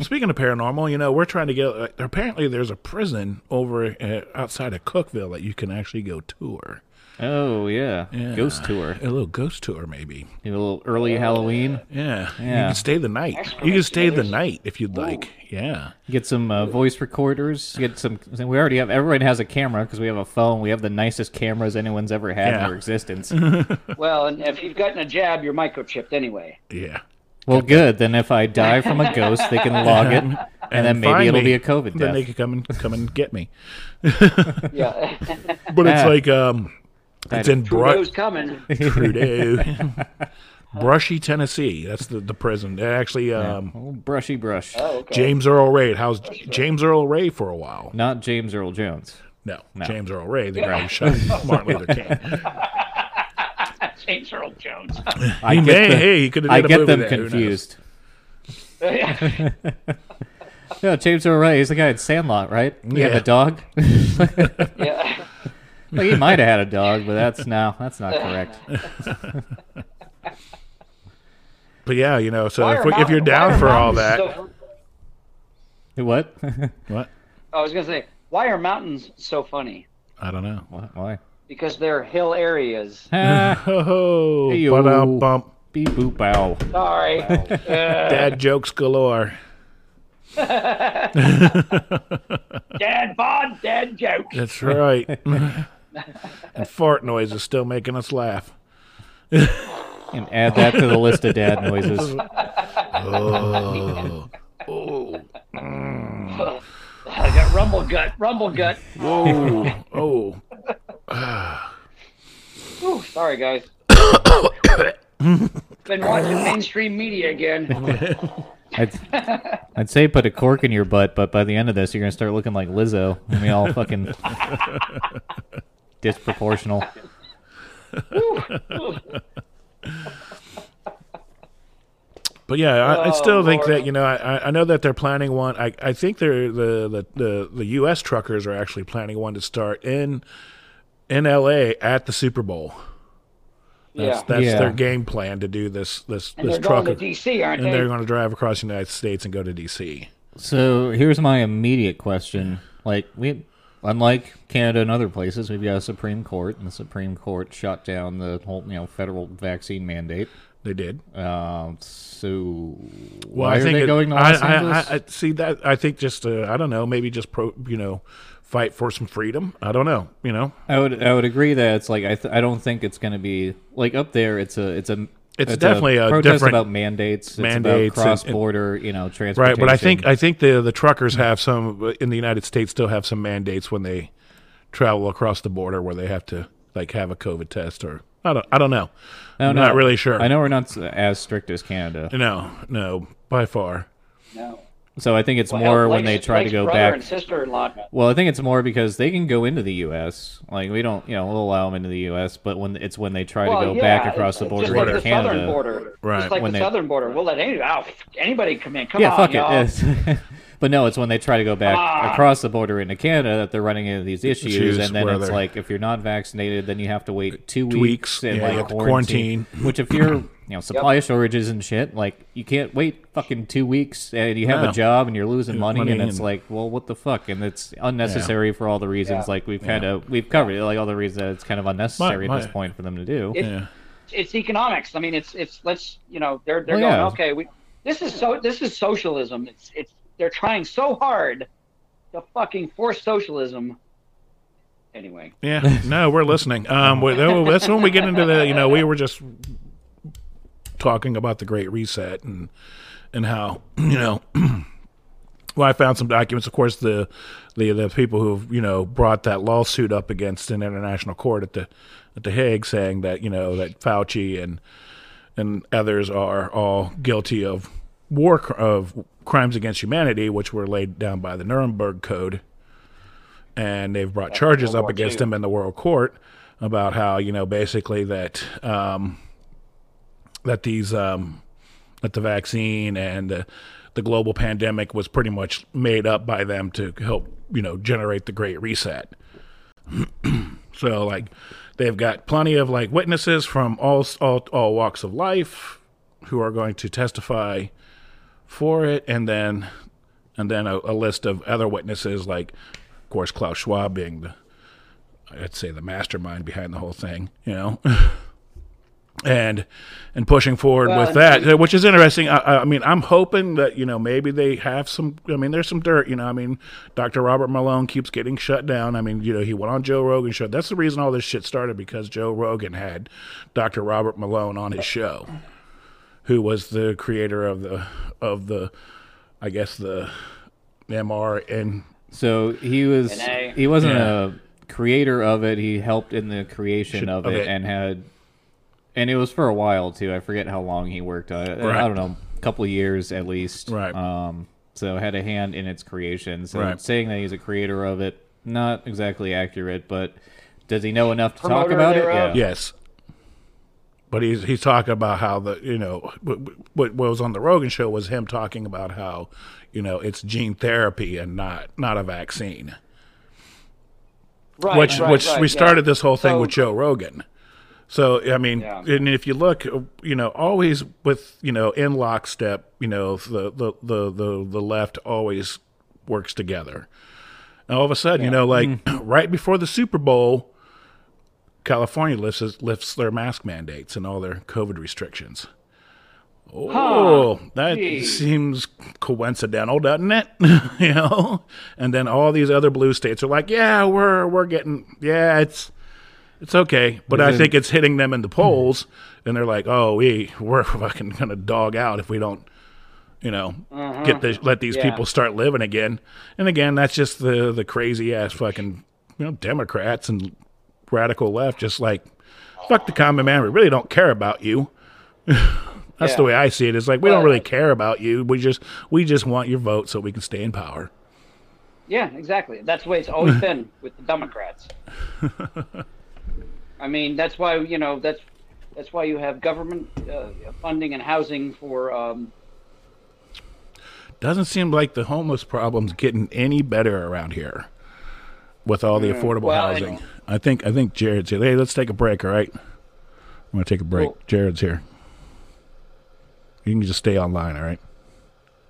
S1: Speaking of paranormal, you know, we're trying to get. Uh, apparently, there's a prison over uh, outside of Cookville that you can actually go tour.
S2: Oh yeah. Ghost tour.
S1: A little ghost tour, maybe.
S2: A little early Halloween.
S1: Yeah. You
S2: Yeah.
S1: can stay the night. You can stay the night if you'd like. Yeah.
S2: Get some uh, voice recorders. Get some. We already have. Everyone has a camera because we have a phone. We have the nicest cameras anyone's ever had in
S1: Yeah.
S2: their existence.
S3: Well, and if you've gotten a jab, you're microchipped anyway.
S1: Yeah.
S2: Well, good. Then if I die from a ghost, they can log it, and, then maybe
S1: find
S2: it'll
S1: me,
S2: be a COVID
S1: Then
S2: death.
S1: they could come and come and get me.
S3: Yeah.
S1: But it's
S2: Yeah.
S1: like um, it's in Bru-
S3: Who's coming?
S1: Trudeau, Brushy, Tennessee. That's the the prison. It actually, um,
S2: Oh, brushy brush.
S3: Oh, okay.
S1: James Earl Ray. How's James Earl Ray for a while?
S2: Not James Earl Jones.
S1: No, James Earl Ray, the guy who shot Martin Luther King.
S3: James Earl Jones.
S2: I
S1: He
S2: get
S1: may,
S2: the-
S1: hey, he could have
S2: I
S1: done a
S2: get
S1: movie
S2: them
S1: there, who knows?
S2: confused. No, James Earl Ray. He's the guy in Sandlot, right? He had
S1: Yeah.
S2: a dog.
S3: yeah.
S2: Well, he might have had a dog, but that's no, that's not correct.
S1: But yeah, you know, so
S3: Why
S1: if,
S3: are
S1: we, if you're
S3: mountain- why
S1: down
S3: are
S1: for all
S3: mountains
S1: that,
S3: so-
S2: What?
S1: what?
S3: I was gonna say, why are mountains so funny?
S1: I don't know.
S2: Why- Why?
S3: Because they're hill areas.
S2: Ah,
S1: Oh,
S2: Hey,
S1: but
S2: yo.
S1: bump.
S2: beep boop bow.
S3: Sorry. Uh,
S1: Dad jokes galore.
S3: dad bod, dad joke.
S1: That's right. and fart noise is still making us laugh.
S2: And add that to the list of dad noises.
S1: Oh, oh,
S3: I got rumble gut, rumble gut.
S1: whoa, oh.
S3: Ooh, sorry guys. Been watching mainstream media again.
S2: I'd, I'd say put a cork in your butt, but by the end of this, you're gonna start looking like Lizzo. I mean, all fucking disproportional.
S1: But yeah, I, I still
S3: Oh,
S1: think
S3: Lord.
S1: that you know I, I- I know that they're planning one. I, I think they're the, the, the, the U.S. truckers are actually planning one to start in in L.A. at the Super Bowl. That's,
S3: yeah.
S1: that's
S2: Yeah.
S1: their game plan to do this this
S3: and
S1: this
S3: they're going
S1: trucker,
S3: to DC, aren't
S1: and they're
S3: they?
S1: going to drive across the United States and go to D.C.
S2: So here's my immediate question: Like we, unlike Canada and other places, we've got a Supreme Court, and the Supreme Court shot down the whole, you know, federal vaccine mandate.
S1: They did.
S2: Um, so
S1: Well,
S2: why
S1: I
S2: are
S1: think
S2: they
S1: it-
S2: going to
S1: I,
S2: Los
S1: I-
S2: Angeles?
S1: I, I see that. I think just uh, I don't know. Maybe just pro, you know, fight for some freedom. I don't know. You know,
S2: I would I would agree that it's like I th- I don't think it's going to be like up there. It's a it's a
S1: It's definitely a
S2: protest
S1: different
S2: about mandates, it's
S1: mandates and-
S2: about cross border, you know,
S1: right?
S2: transportation.
S1: But I think I think the the truckers have some in the United States still have some mandates when they travel across the border where they have to like have a COVID test or I don't I don't know.
S2: No,
S1: I'm
S2: no.
S1: not really sure.
S2: I know we're not s- as strict as Canada,
S1: No, no, by far.
S3: No.
S2: so I think it's
S3: Well,
S2: more
S3: hell,
S2: when they
S3: Blake's-
S2: try to
S3: Blake's
S2: go
S3: brother
S2: back.
S3: And sister-in-law.
S2: Well, I think it's more because they can go into the U.S. Like we don't, you know, we'll allow them into the U.S. But when it's when they try
S3: Well,
S2: to go
S3: yeah,
S2: back
S3: it's-
S2: across the
S3: it's
S2: border
S3: just like
S2: into
S3: the
S2: Canada,
S3: Southern border.
S1: Right.
S3: Just like
S2: When
S3: the
S2: they-
S3: southern border. We'll let any, oh, anybody come in. Come
S2: yeah,
S3: on,
S2: fuck it.
S3: y'all.
S2: yes. but no, it's when they try to go back
S3: Ah.
S2: across the border into Canada that they're running into these issues,
S1: Issues
S2: and then
S1: where
S2: it's
S1: they're-
S2: like if you're not vaccinated, then you have to wait two,
S1: weeks,
S2: weeks and
S1: yeah,
S2: like
S1: you have to
S2: quarantine.
S1: quarantine.
S2: Which if you're you know supply shortages and shit, like you can't wait fucking two weeks, and you have
S1: No.
S2: a job and you're losing money,
S1: money
S2: and it's
S1: and-
S2: like, well, what the fuck? And it's unnecessary for all the reasons
S3: Yeah.
S2: like we've kind of we've covered it, like all the reasons that it's kind of unnecessary
S1: my-
S2: at this point for them to do.
S3: It-
S1: Yeah.
S3: it's economics. I mean, it's it's let's you know they're they're
S2: Well,
S3: going
S2: yeah.
S3: okay. We this is so this is socialism. It's it's they're trying so hard to fucking force socialism. Anyway,
S1: Yeah, no, we're listening. Um, we- that- that's when we get into the. You know, we were just talking about the Great Reset and and how you know. Well, I found some documents. Of course, the the the people who have you know brought that lawsuit up against an international court at the at the Hague, saying that you know that Fauci and and others are all guilty of war cr- of crimes against humanity, which were laid down by the Nuremberg Code and they've brought charges up against him in the world court about how you know basically that um, that these um, that the vaccine and uh, the global pandemic was pretty much made up by them to help you know generate the Great Reset. so like they've got plenty of like witnesses from all all all walks of life who are going to testify for it, and then and then a, a list of other witnesses like, of course, Klaus Schwab being the I'd say the mastermind behind the whole thing, you know. and and pushing forward
S3: Well,
S1: with
S3: and
S1: that, uh, which is interesting. I- I, I mean, I'm hoping that you know maybe they have some. I mean, there's some dirt. You know, I mean, Dr. Robert Malone keeps getting shut down. I mean, you know, he went on Joe Rogan show. That's the reason all this shit started because Joe Rogan had Dr. Robert Malone on his show, who was the creator of the of the, I guess the mRNA.
S2: So he was
S3: And I-
S2: he wasn't
S1: Yeah.
S2: a creator of it. He helped in the creation of
S1: of
S2: it,
S1: it.
S2: and had and it was for a while too. I forget how long he worked on it.
S1: Right.
S2: I don't know, a couple of years at least.
S1: Right.
S2: Um. So had a hand in its creation. So
S1: Right.
S2: saying that he's a creator of it, not exactly accurate, but. Does he know enough to
S3: Promoter
S2: talk about it?
S3: thereof.
S1: Yes. But he's he's talking about how the you know what, what was on the Rogan show was him talking about how you know it's gene therapy and not not a vaccine,
S3: Right,
S1: which
S3: right,
S1: which
S3: right,
S1: we
S3: yeah.
S1: started this whole thing
S3: So-
S1: with Joe Rogan. So I mean,
S3: Yeah.
S1: and if you look, you know, always with you know in lockstep, you know the the the the, the left always works together. And all of a sudden, you know, like
S3: Mm-hmm.
S1: right before the Super Bowl, California lifts lifts their mask mandates and all their COVID restrictions. Oh, that
S3: geez.
S1: seems coincidental, doesn't it? you know, and then all these other blue states are like, yeah, we're we're getting, yeah, it's it's okay, but I
S2: then-
S1: think it's hitting them in the polls, and they're like, oh, we we're fucking gonna dog out if we don't, you know, get the let these
S3: Yeah.
S1: people start living again. And again, that's just the the crazy ass fucking you know Democrats and radical left, just like fuck the common man. We really don't care about you. That's the
S3: Yeah.
S1: way I see it. It's like we don't
S3: Well,
S1: really care about you. We just we just want your vote so we can stay in power.
S3: Yeah, exactly. That's the way it's always been with the Democrats. I mean, that's why you know that's that's why you have government uh, funding and housing for um,
S1: Doesn't seem like the homeless problem's getting any better around here with all the affordable
S3: Mm. Well,
S1: housing.
S3: and-
S1: I think I think Jared's here. Hey, let's take a break, all right? I'm gonna take a break.
S3: Cool.
S1: Jared's here. You can just stay online, all right?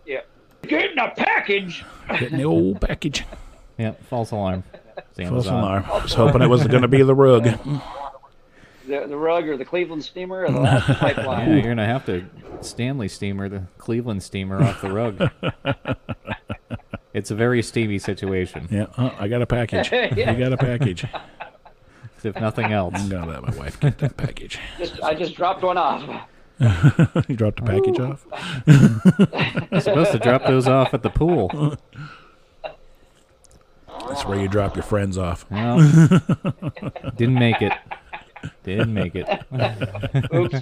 S3: yeah getting a package.
S1: Getting the old package.
S2: Yeah. Yeah. False alarm. It's
S1: False
S2: Amazon.
S1: alarm. I was hoping it was gonna be the rug.
S3: The, the rug or the Cleveland steamer or the Alaska
S2: Yeah,
S3: pipeline.
S2: you're gonna have to Stanley steamer the Cleveland steamer off the rug. it's a very steamy situation,
S1: Yeah, uh, I got a package.
S3: Yeah.
S1: You got a package.
S2: if nothing else.
S1: I'm gonna let my wife get that package.
S3: Just, I just dropped one off.
S1: you dropped the package off.
S2: supposed to drop those off at the pool.
S1: That's where you drop your friends off.
S2: Well, didn't make it. Didn't make it.
S3: Oops.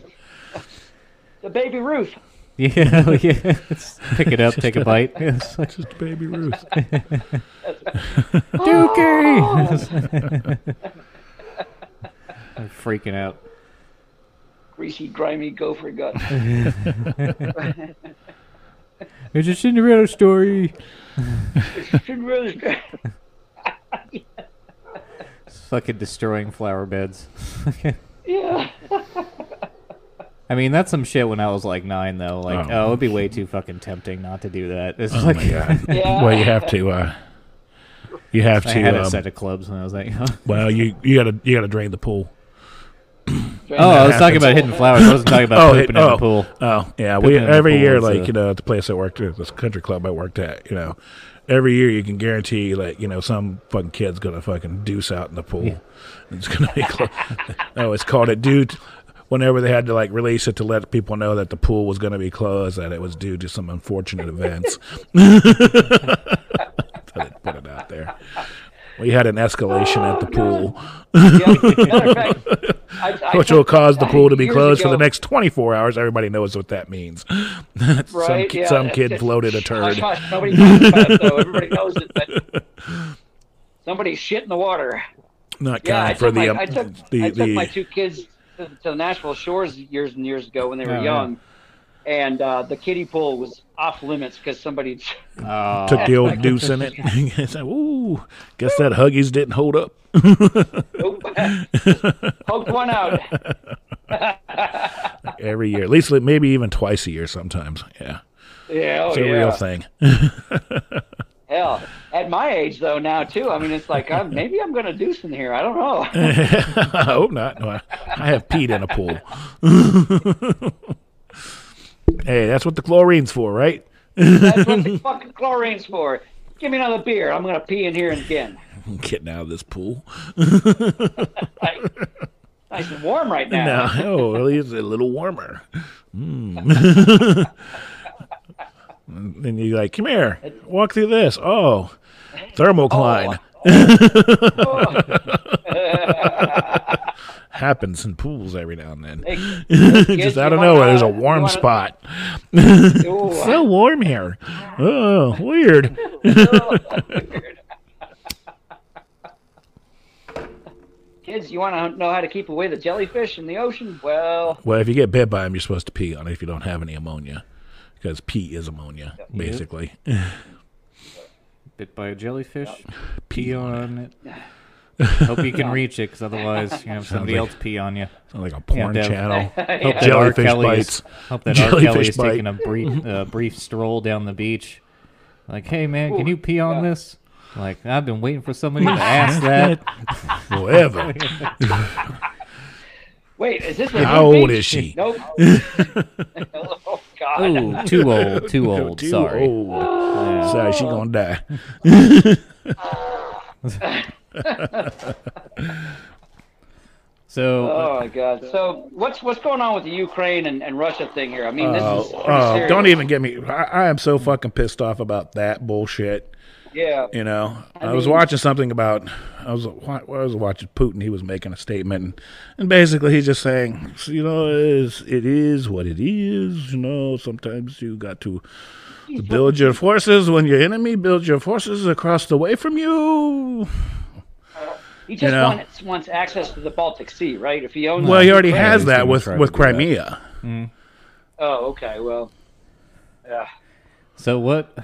S3: the baby Ruth.
S2: yeah, yeah. Just Pick it up, take a bite. It's like,
S1: Just baby Ruth. Oh
S3: Oh,
S2: Dookie! I'm freaking out.
S3: Greasy, grimy gopher gut.
S2: It's a Cinderella story.
S3: Cinderella's gr-
S2: Fucking destroying flower beds.
S3: yeah.
S2: I mean, that's some shit when I was like nine, though. Like,
S1: Oh.
S2: oh, it'd be way too fucking tempting not to do that. It's
S1: Oh
S2: like
S1: my god.
S3: Yeah.
S1: Well, you have to. Uh, you have
S2: I had
S1: to.
S2: a
S1: Um,
S2: set of clubs when I was like,
S1: well, you you gotta you gotta drain the pool.
S2: oh, I was talking
S1: happens.
S2: about hidden flowers. I wasn't talking about
S1: it-
S2: pooping in the pool.
S1: Oh, yeah. We
S2: Pooping in the
S1: every
S2: pool
S1: year,
S2: is
S1: like
S2: a-
S1: you know, at the place I worked at, this country club I worked at, you know, every year you can guarantee, like you know, some fucking kid's gonna fucking deuce out in the pool. It's gonna be. Close. oh, it's called it due. t- whenever they had to like release it to let people know that the pool was gonna be closed, that it was due to some unfortunate events. So they put it out there. We had an escalation at the pool,
S3: Yeah. Matter of fact, I, I
S1: which
S3: took-
S1: will cause the pool to be
S3: Years
S1: closed for the
S3: ago-
S1: next 24 hours. Everybody knows what that means. some,
S3: Right,
S1: ki-
S3: yeah,
S1: some
S3: that's
S1: kid
S3: just-
S1: floated a
S3: Hush,
S1: turd.
S3: hush, nobody talks about it, though. Everybody knows it. But Somebody shit in the water.
S1: Not
S3: Yeah, I
S1: counting for
S3: took
S1: the
S3: my, I
S1: um,
S3: took,
S1: the
S3: I took my
S1: the
S3: two kids to, to the Nashville Shores years and years ago when they were
S2: Oh, yeah.
S3: young, and uh, the kiddie pool was off limits because somebody.
S2: Oh,
S1: took the old deuce in it. It's like, Ooh, guess that Huggies didn't hold up.
S3: Nope. poked one out.
S1: every year, at least like, maybe even twice a year sometimes. Yeah,
S3: Yeah, oh
S1: it's a
S3: yeah.
S1: real thing.
S3: Hell, at my age though now too. I mean, it's like i maybe I'm gonna do something here. I don't know.
S1: I hope not. No, I, I have peed in a pool. hey, that's what the chlorine's for, right?
S3: That's what the fucking chlorine's for. Give me another beer. I'm gonna pee in here again.
S1: I'm getting out of this pool.
S3: Like, nice and warm right now.
S1: No, oh, at least a little warmer. Hmm. Mm. and you're like, come here, walk through this. Oh, thermocline happens in pools every now and then. Just out of nowhere, there's a warm spot. So warm here. Oh, weird.
S3: Kids, you want to know how to keep away the jellyfish in the ocean? Well,
S1: Well, if you get bit by them, you're supposed to pee on it if you don't have any ammonia, because pee is ammonia, basically.
S2: bit by a jellyfish. Pee on it. Hope you can reach it, because otherwise, you know, somebody
S1: like-
S2: else pee on you.
S1: Like a porn
S2: Dev.
S1: channel.
S2: Hope that R.
S1: Jellyfish
S2: Kelly
S1: bites.
S2: is, hope that R. Kelly
S1: Jellyfish
S2: is
S1: bite.
S2: taking a brief, uh, brief stroll down the beach. Like, hey man, can you pee on this? Like, I've been waiting for somebody to ask that.
S1: Whatever.
S3: wait, is this a
S1: How
S3: new
S1: old
S3: beach?
S1: is she?
S3: Nope. oh God.
S2: Ooh, too old, too old.
S1: Too
S2: sorry.
S1: old. Sorry, she gonna die.
S2: So,
S3: Oh my God! So what's what's going on with the Ukraine and, and Russia thing here? I mean, this
S1: Oh,
S3: is pretty
S1: oh,
S3: serious.
S1: don't even get me. I, I am so fucking pissed off about that bullshit.
S3: Yeah,
S1: You know, I, was watching something about I was wa- I was watching Putin. He was making a statement, and, and basically he's just saying, "So, you know, it is, it is what it is. You know, sometimes you got to build your forces when your enemy builds your forces across the way from you.
S3: he just
S1: know.
S3: wants wants access to the Baltic Sea, right? If he owns
S1: Well, he already
S2: Right,
S1: has
S2: he's
S1: that
S2: gonna
S1: with
S2: try to
S1: with
S2: do that.
S1: Crimea.
S3: Oh, okay. Well, yeah.
S2: so what?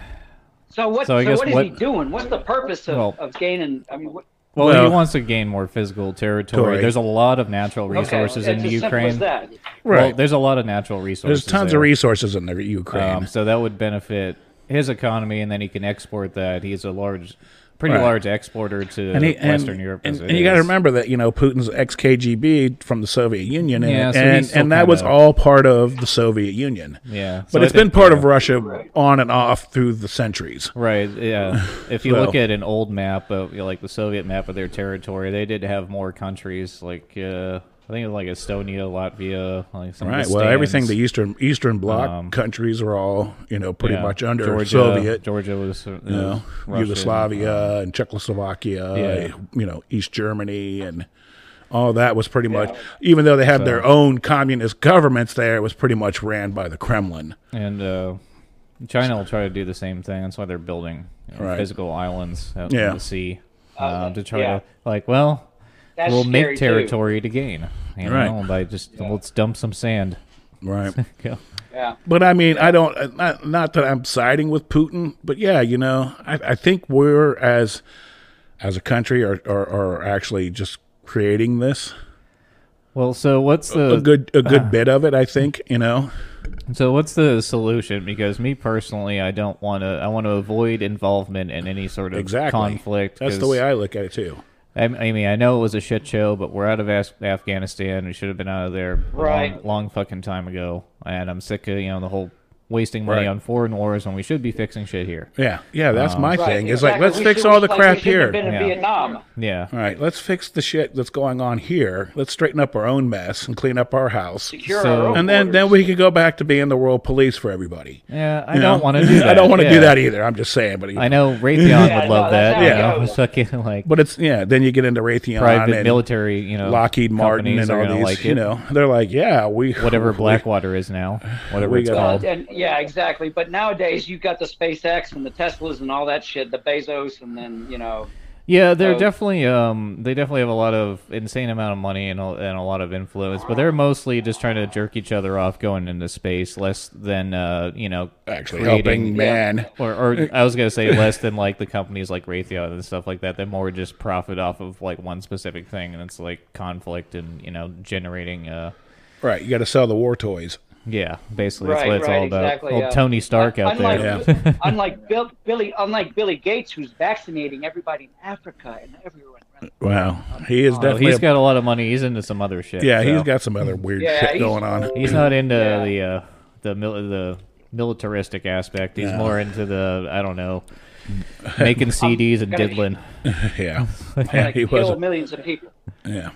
S3: So what?
S2: So
S3: So,
S2: I guess
S3: what is
S2: what-
S3: he doing? What's the purpose of,
S2: Well-
S3: of gaining? I mean, what,
S2: Well, he
S1: Well-
S2: wants to gain more physical territory.
S1: Correct.
S2: There's a lot of natural
S3: okay,
S2: resources
S3: it's
S2: in the
S3: as simple
S2: Ukraine.
S3: as that.
S2: Well, there's a lot of natural resources.
S1: There's tons
S2: there.
S1: of resources in the Ukraine.
S2: Um, so that would benefit his economy, and then he can export that. He's a large, pretty
S1: Right.
S2: large exporter to
S1: and he, and,
S2: Western Europe.
S1: And,
S2: as
S1: and
S2: it
S1: you got to
S2: is.
S1: remember that you know Putin's ex KGB from the Soviet Union, and
S2: Yeah, so he's
S1: and,
S2: still
S1: and that was
S2: kinda-
S1: all part of the Soviet Union.
S2: Yeah, so
S1: but
S2: I
S1: it's been
S2: think,
S1: part
S2: yeah.
S1: of Russia on and off through the centuries.
S2: Right. Yeah. If you look
S1: So-
S2: at an old map of you know, like the Soviet map of their territory, they did have more countries. Like uh, I think it was like Estonia, Latvia, like some of the
S1: Right. Well, everything the
S2: stands.
S1: Eastern Eastern Bloc
S2: Um,
S1: countries are all you know pretty
S2: Yeah.
S1: much under
S2: Georgia,
S1: Soviet.
S2: Georgia was uh,
S1: you know,
S2: Russian.
S1: Yugoslavia and Czechoslovakia,
S2: Yeah.
S1: you know, East Germany and all that was pretty much even though they had their own communist governments there, it was pretty much ran by the Kremlin.
S2: And uh, China will try to do the same thing. That's why they're building you know,
S1: Right.
S2: physical islands out
S1: Yeah.
S2: in the sea uh, to try
S3: Oh, yeah.
S2: to like, well,
S3: That's
S2: we'll
S3: scary,
S2: make
S3: too.
S2: territory to gain. You
S1: Right.
S2: know, by just let's dump some sand.
S1: Right.
S2: Yeah.
S3: Yeah.
S1: But I mean, I don't. uh, Not, not that I'm siding with Putin, but yeah, you know, I, I think we're as as a country are, are are actually just creating this
S2: Well, so what's the
S1: a good a good bit of it. I think you know.
S2: So what's the solution? Because me personally, I don't want to. I want to avoid involvement in any sort of
S1: Exactly.
S2: conflict.
S1: That's the
S2: 'cause-
S1: way I look at it too.
S2: I, I mean, I know it was a shit show, but we're out of Af- Afghanistan. We should have been out of there a
S3: Right.
S2: long, long fucking time ago. And I'm sick of you know the whole wasting money
S1: Right.
S2: on foreign wars when we should be fixing shit here.
S1: Yeah, yeah.
S2: Oh.
S1: That's my
S3: Right,
S1: thing. It's like
S3: exactly.
S1: let's
S3: We
S1: fix
S3: should-
S1: all the
S3: like, we
S1: crap
S3: shouldn't
S1: here.
S3: have Been in
S2: Yeah.
S3: Vietnam.
S2: Yeah.
S1: all right, let's fix the shit that's going on here. Let's straighten up our own mess and clean up our house,
S3: Secure
S2: So-
S3: our own
S1: and then then we
S3: borders.
S1: could go back to being the world police for everybody.
S2: Yeah. I
S1: you
S2: don't
S1: know?
S2: want to do that.
S1: I don't want to
S2: Yeah.
S1: do that either. I'm just saying, but
S2: I know Raytheon
S3: Yeah,
S2: would
S3: no,
S2: love
S3: that's
S2: that.
S3: how
S2: you
S1: it
S2: know,
S3: goes.
S2: fucking like
S1: But it's yeah. Then you get into Raytheon
S2: private
S1: and
S2: military, you know,
S1: Lockheed Martin
S2: companies
S1: and
S2: are
S1: all
S2: gonna
S1: these.
S2: like
S1: you
S2: it.
S1: know, they're like, yeah, we
S2: whatever
S1: we-
S2: Blackwater is now, whatever
S1: we
S2: it's
S1: got-
S2: called.
S3: Well, and yeah, exactly. But nowadays you've got the SpaceX and the Teslas and all that shit, the Bezos, and then you know
S2: Yeah, they're
S3: So-
S2: definitely um they definitely have a lot of insane amount of money and a, and a lot of influence, but they're mostly just trying to jerk each other off going into space less than uh, you know,
S1: Actually,
S2: creating-
S1: helping man.
S2: or, or I was gonna say less than like the companies like Raytheon and stuff like that. They more just profit off of like one specific thing, and it's like conflict and you know generating. Uh,
S1: Right. You got to sell the war toys.
S2: yeah, basically that's
S3: Right,
S2: what it's
S3: right,
S2: all about.
S3: exactly,
S2: Old
S3: yeah. Uh,
S2: Tony Stark out
S3: unlike,
S2: there.
S3: unlike Bill, Billy, unlike Billy Gates, who's vaccinating everybody in Africa and everyone. around-
S1: Wow. He is
S2: Well,
S1: definitely.
S2: Oh, he's
S1: a-
S2: got a lot of money. He's into some other shit.
S1: yeah, he's
S2: so.
S1: got some other weird
S3: Yeah,
S1: shit
S3: he's-
S1: going on.
S2: He's not into
S3: Yeah.
S2: the uh, the mil- the militaristic aspect. He's
S1: No.
S2: more into the I don't know, making CDs and
S3: gonna-
S2: diddling.
S1: Yeah.
S3: Like,
S1: he
S3: kill
S1: wasn't.
S3: millions of people.
S1: Yeah.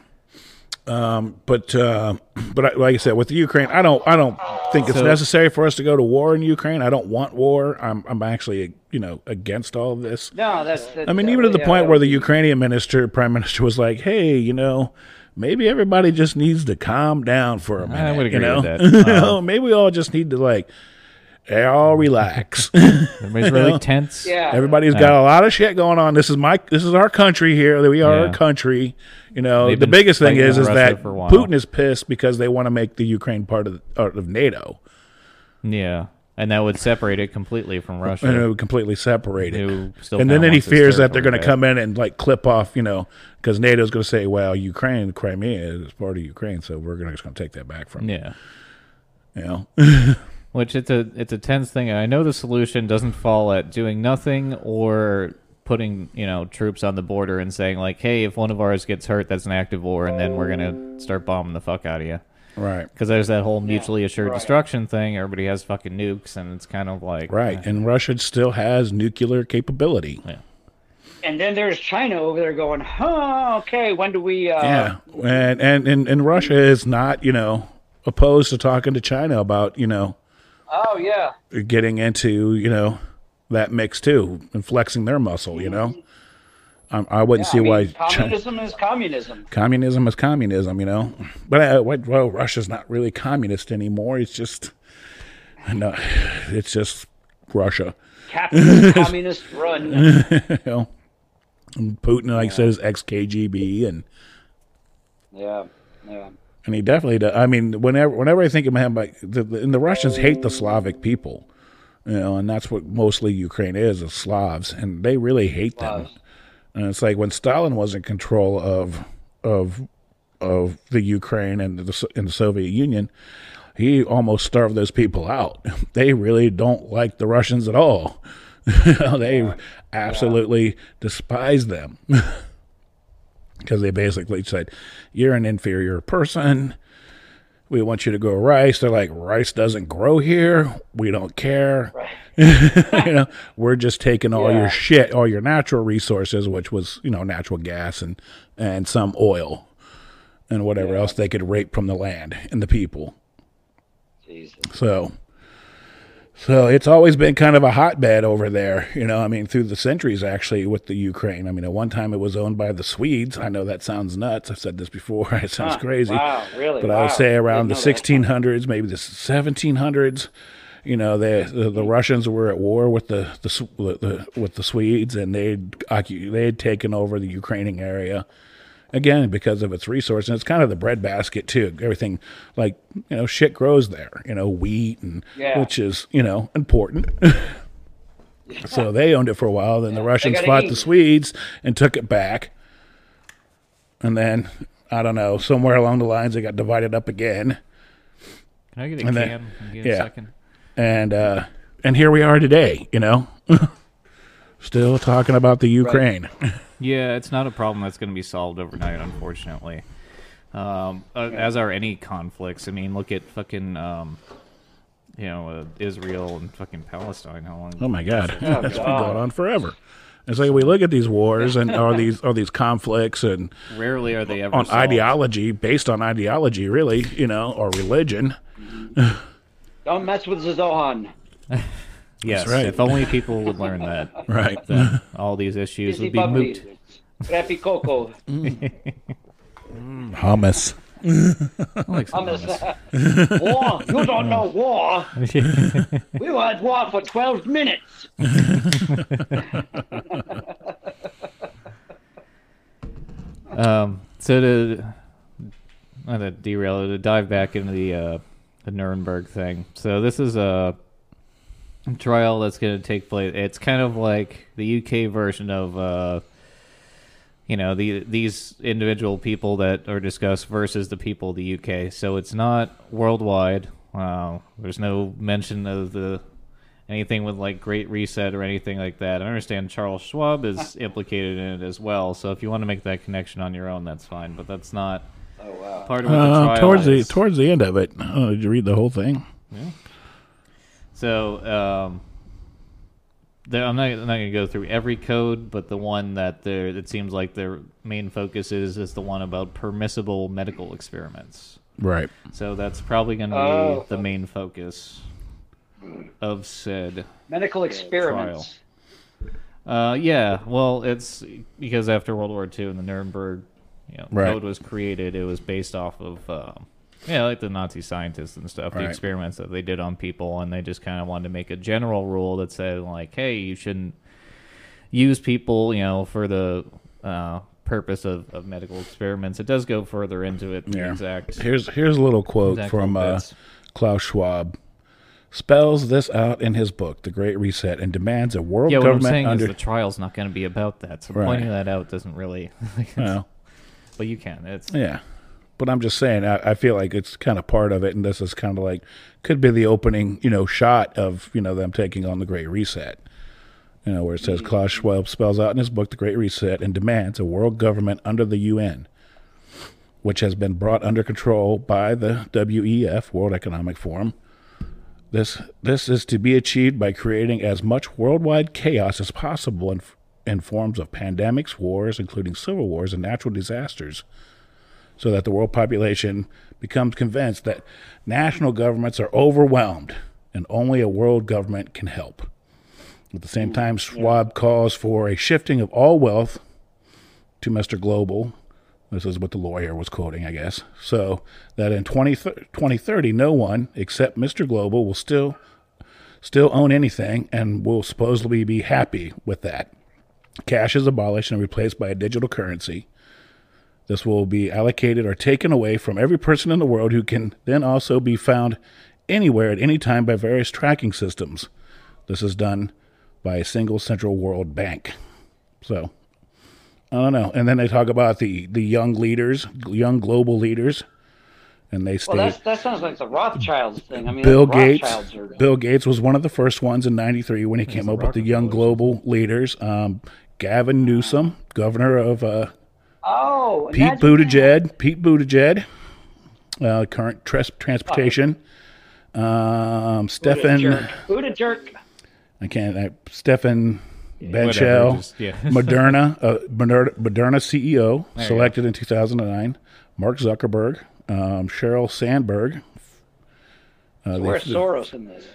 S1: Um, but uh, but I, like I said, with Ukraine, I don't I don't think it's
S2: So-
S1: necessary for us to go to war in Ukraine. I don't want war. I'm I'm actually you know against all of this.
S3: No, that's. uh, That,
S1: I mean,
S3: that-
S1: even to the
S3: yeah,
S1: point
S3: that
S1: where
S3: was-
S1: the Ukrainian minister, prime minister, was like, "Hey, you know, maybe everybody just needs to calm down for a minute."
S2: would
S1: you
S2: agree
S1: know?
S2: with that. Uh-huh.
S1: You know, maybe we all just need to like, eh, all relax.
S2: Everybody's really tense.
S3: Yeah.
S1: Everybody's got a lot of shit going on. This is my, this is our country here. We are
S2: Yeah.
S1: a country. You know,
S2: They've
S1: the
S2: been
S1: biggest thing
S2: fighting
S1: is is
S2: Russia
S1: that
S2: for a while.
S1: Putin is pissed because they want to make the Ukraine part of the, of NATO
S2: Yeah. And that would separate it completely from Russia.
S1: and it would completely separate it.
S2: who still
S1: and
S2: kinda
S1: then, then he
S2: wants his
S1: fears that they're going
S2: territory
S1: to come in and like clip off, you know, because NATO's going to say, "Well, Ukraine, Crimea is part of Ukraine, so we're gonna, just going to take that back from you."
S2: Yeah.
S1: You know,
S2: Which it's a it's a tense thing, and I know the solution doesn't fall at doing nothing or putting you know troops on the border and saying like, hey, if one of ours gets hurt, that's an active war, and then we're gonna start bombing the fuck out of you.
S1: right,
S2: Because there's that whole mutually assured
S3: right.
S2: destruction thing. Everybody has fucking nukes, and it's kind of like
S1: right, and Russia still has nuclear capability.
S3: And then there's China over there going, huh, okay, when do we. Uh,
S1: Yeah, and, and and and Russia is not, you know, opposed to talking to China about, you know,
S3: Oh, yeah.
S1: getting into, you know, that mix too and flexing their muscle. You know, I, I wouldn't see
S3: I mean,
S1: why China.
S3: communism is communism.
S1: communism is communism, you know. But uh, what- well, Russia's not really communist anymore. It's just no, it's just Russia.
S3: Capitalist communist run.
S1: You know, and Putin, like I said, is ex KGB, and
S3: Yeah. Yeah.
S1: and he definitely. Does. I mean, whenever whenever I think of him, like the, the, and the Russians hate the Slavic people, you know, and that's what mostly Ukraine is is Slavs, and they really hate them.
S3: Slavs.
S1: And it's like when Stalin was in control of of of the Ukraine and the So- and the Soviet Union, he almost starved those people out. They really don't like the Russians at all. they absolutely despise them because they basically said, "You're an inferior person. We want you to grow rice." They're like, "Rice doesn't grow here. We don't care. you know, we're just taking all
S3: Yeah.
S1: your shit, all your natural resources, which was you know natural gas and and some oil." And whatever else they could rape from the land and the people.
S3: Jesus.
S1: So, so it's always been kind of a hotbed over there. You know, I mean, through the centuries, actually, with the Ukraine. I mean, at one time it was owned by the Swedes. I know that sounds nuts. I've said this before. It sounds
S3: Huh.
S1: crazy.
S3: Wow, really?
S1: But I would
S3: Wow.
S1: say around
S3: Didn't
S1: the
S3: know that.
S1: 1600s, maybe the 1700s. You know, they, the the Russians were at war with the the, Sw- the with the Swedes, and they'd occu- they'd taken over the Ukrainian area again because of its resource and it's kind of the breadbasket too everything like you know shit grows there you know wheat and
S3: Yeah.
S1: which is you know important so they owned it for a while then the russians
S3: gotta
S1: fought
S3: eat.
S1: the swedes and took it back and then i don't know somewhere along the lines they got divided up again
S2: Can I get a
S1: And then-
S2: can? in
S1: yeah.
S2: a second.
S1: and uh and here we are today you know still talking about the ukraine
S2: Yeah, it's not a problem that's going to be solved overnight, unfortunately. Um, uh, As are any conflicts. I mean, look at fucking, um, you know, uh, Israel and fucking Palestine. How long?
S1: Oh my God, that's been
S3: God.
S1: going on forever. It's like we look at these wars and all these all these conflicts and
S2: Rarely are they ever
S1: on
S2: solved.
S1: ideology based on ideology, really, you know, or religion.
S3: Don't mess with the Zohan.
S2: Yes,
S1: right.
S2: if only people would learn that,
S1: Right.
S2: then all these issues
S3: Busy
S2: would be moot.
S3: Bubbly. Crappy Coco.
S1: Hummus.
S2: I like some
S3: Hummus.
S2: hummus.
S3: war. You don't know war. We were at war for 12 minutes.
S2: Um, so to not to derail to dive back into the uh, the Nuremberg thing. So this is a trial that's going to take place. It's kind of like the UK version of uh, you know the these individual people that are discussed versus the people of the UK. So it's not worldwide. Wow, there's no mention of the anything with like Great Reset or anything like that. I understand Charles Schwab
S3: Ah.
S2: is implicated in it as well. So if you want to make that connection on your own, that's fine. But that's not
S3: Oh wow.
S2: part of what the
S1: Uh,
S2: trial
S1: towards the
S2: is.
S1: towards the end of it. Oh, did you read the whole thing?
S2: So um, there, I'm not I'm not gonna go through every code, but the one that there it seems like their main focus is is the one about permissible medical experiments.
S1: Right.
S2: So that's probably gonna be
S3: Oh.
S2: the main focus of said
S3: Medical experiments.
S2: Uh, yeah. Well, it's because after World War II and the Nuremberg you know,
S1: Right.
S2: Code was created, it was based off of um, yeah, like the Nazi scientists and stuff,
S1: Right.
S2: the experiments that they did on people, and they just kind of wanted to make a general rule that said like, hey, you shouldn't use people, you know, for the uh, purpose of, of medical experiments. It does go further into it.
S1: Yeah.
S2: Exact.
S1: Here's here's a little quote
S2: Exact
S1: from uh,
S2: bits.
S1: Klaus Schwab. Spells this out in his book, The Great Reset, and demands a world
S2: Yeah, what I'm
S1: government
S2: saying
S1: under.
S2: is the trial's not going to be about that, so
S1: Right.
S2: pointing that out doesn't really.
S1: Well,
S2: but you can. It's
S1: yeah, but I'm just saying, I, I feel like it's kind of part of it, and this is kind of like could be the opening, you know, shot of you know them taking on the Great Reset. You know, where it says Klaus Schwab spells out in his book The Great Reset and demands a world government under the UN, which has been brought under control by the WEF World Economic Forum. This this is to be achieved by creating as much worldwide chaos as possible in, in forms of pandemics, wars, including civil wars and natural disasters, so that the world population becomes convinced that national governments are overwhelmed and only a world government can help. At the same time, Schwab calls for a shifting of all wealth to Mr. Global. This is what the lawyer was quoting, I guess. So that in 20, 2030, no one except Mr. Global will still still own anything and will supposedly be happy with that. Cash is abolished and replaced by a digital currency. This will be allocated or taken away from every person in the world who can then also be found anywhere at any time by various tracking systems. This is done by a single central world bank. So I don't know. And then they talk about the, the young leaders, young global leaders, and they state
S3: Well, that's, that sounds like the Rothschilds thing. I mean,
S1: Bill
S3: the
S1: Gates.
S3: Rothschilds are
S1: Bill Gates was one of the first ones in '93 when he came up with the Young Global Leaders. Um, Gavin Newsom, governor of uh,
S3: Oh,
S1: Pete Buttigieg, Pete Buttigieg, uh, current tras- transportation. Um, Stefan,
S3: Buddha jerk.
S1: I can't. I, Stefan
S2: whatever,
S1: Benchell,
S2: just- yeah.
S1: Moderna, uh, Moderna, Moderna CEO, selected in 2009. Mark Zuckerberg, um, Cheryl Sandberg. Uh,
S3: Where's
S1: the-
S3: Soros in this?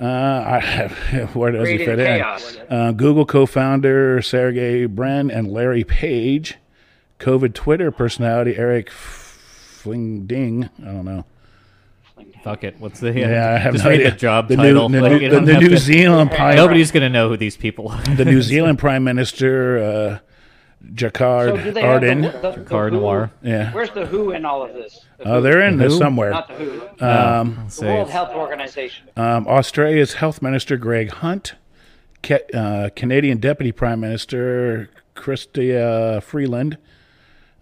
S1: Uh, I have, where does he
S3: Creating
S1: fit
S3: chaos.
S1: in? Uh, Google co-founder Sergey Brin and Larry Page, COVID Twitter personality Eric Fling Ding. I don't know.
S2: Fuck it. What's the
S1: Yeah, I have
S2: just
S1: no
S2: read
S1: idea.
S2: the job
S1: the
S2: title.
S1: New, the,
S2: Like,
S1: New-
S2: you
S1: the-
S2: don't
S1: the
S2: have
S1: New
S2: to-
S1: Zealand Prime,
S2: Nobody's gonna know who these people are.
S1: the New Zealand Prime Minister uh, Jacquard
S3: So Oh, do they have the,
S1: Ardern.
S3: the, the
S2: Car
S3: Who?
S2: Noir.
S1: yeah,
S3: Where's the Who in all of this? The
S1: uh,
S3: Who,
S1: they're in there
S2: Who?
S1: somewhere.
S3: not the Who.
S1: Um,
S3: the World Health Organization.
S1: um, Australia's Health Minister Greg Hunt, Ca- uh, Canadian Deputy Prime Minister Christia Freeland,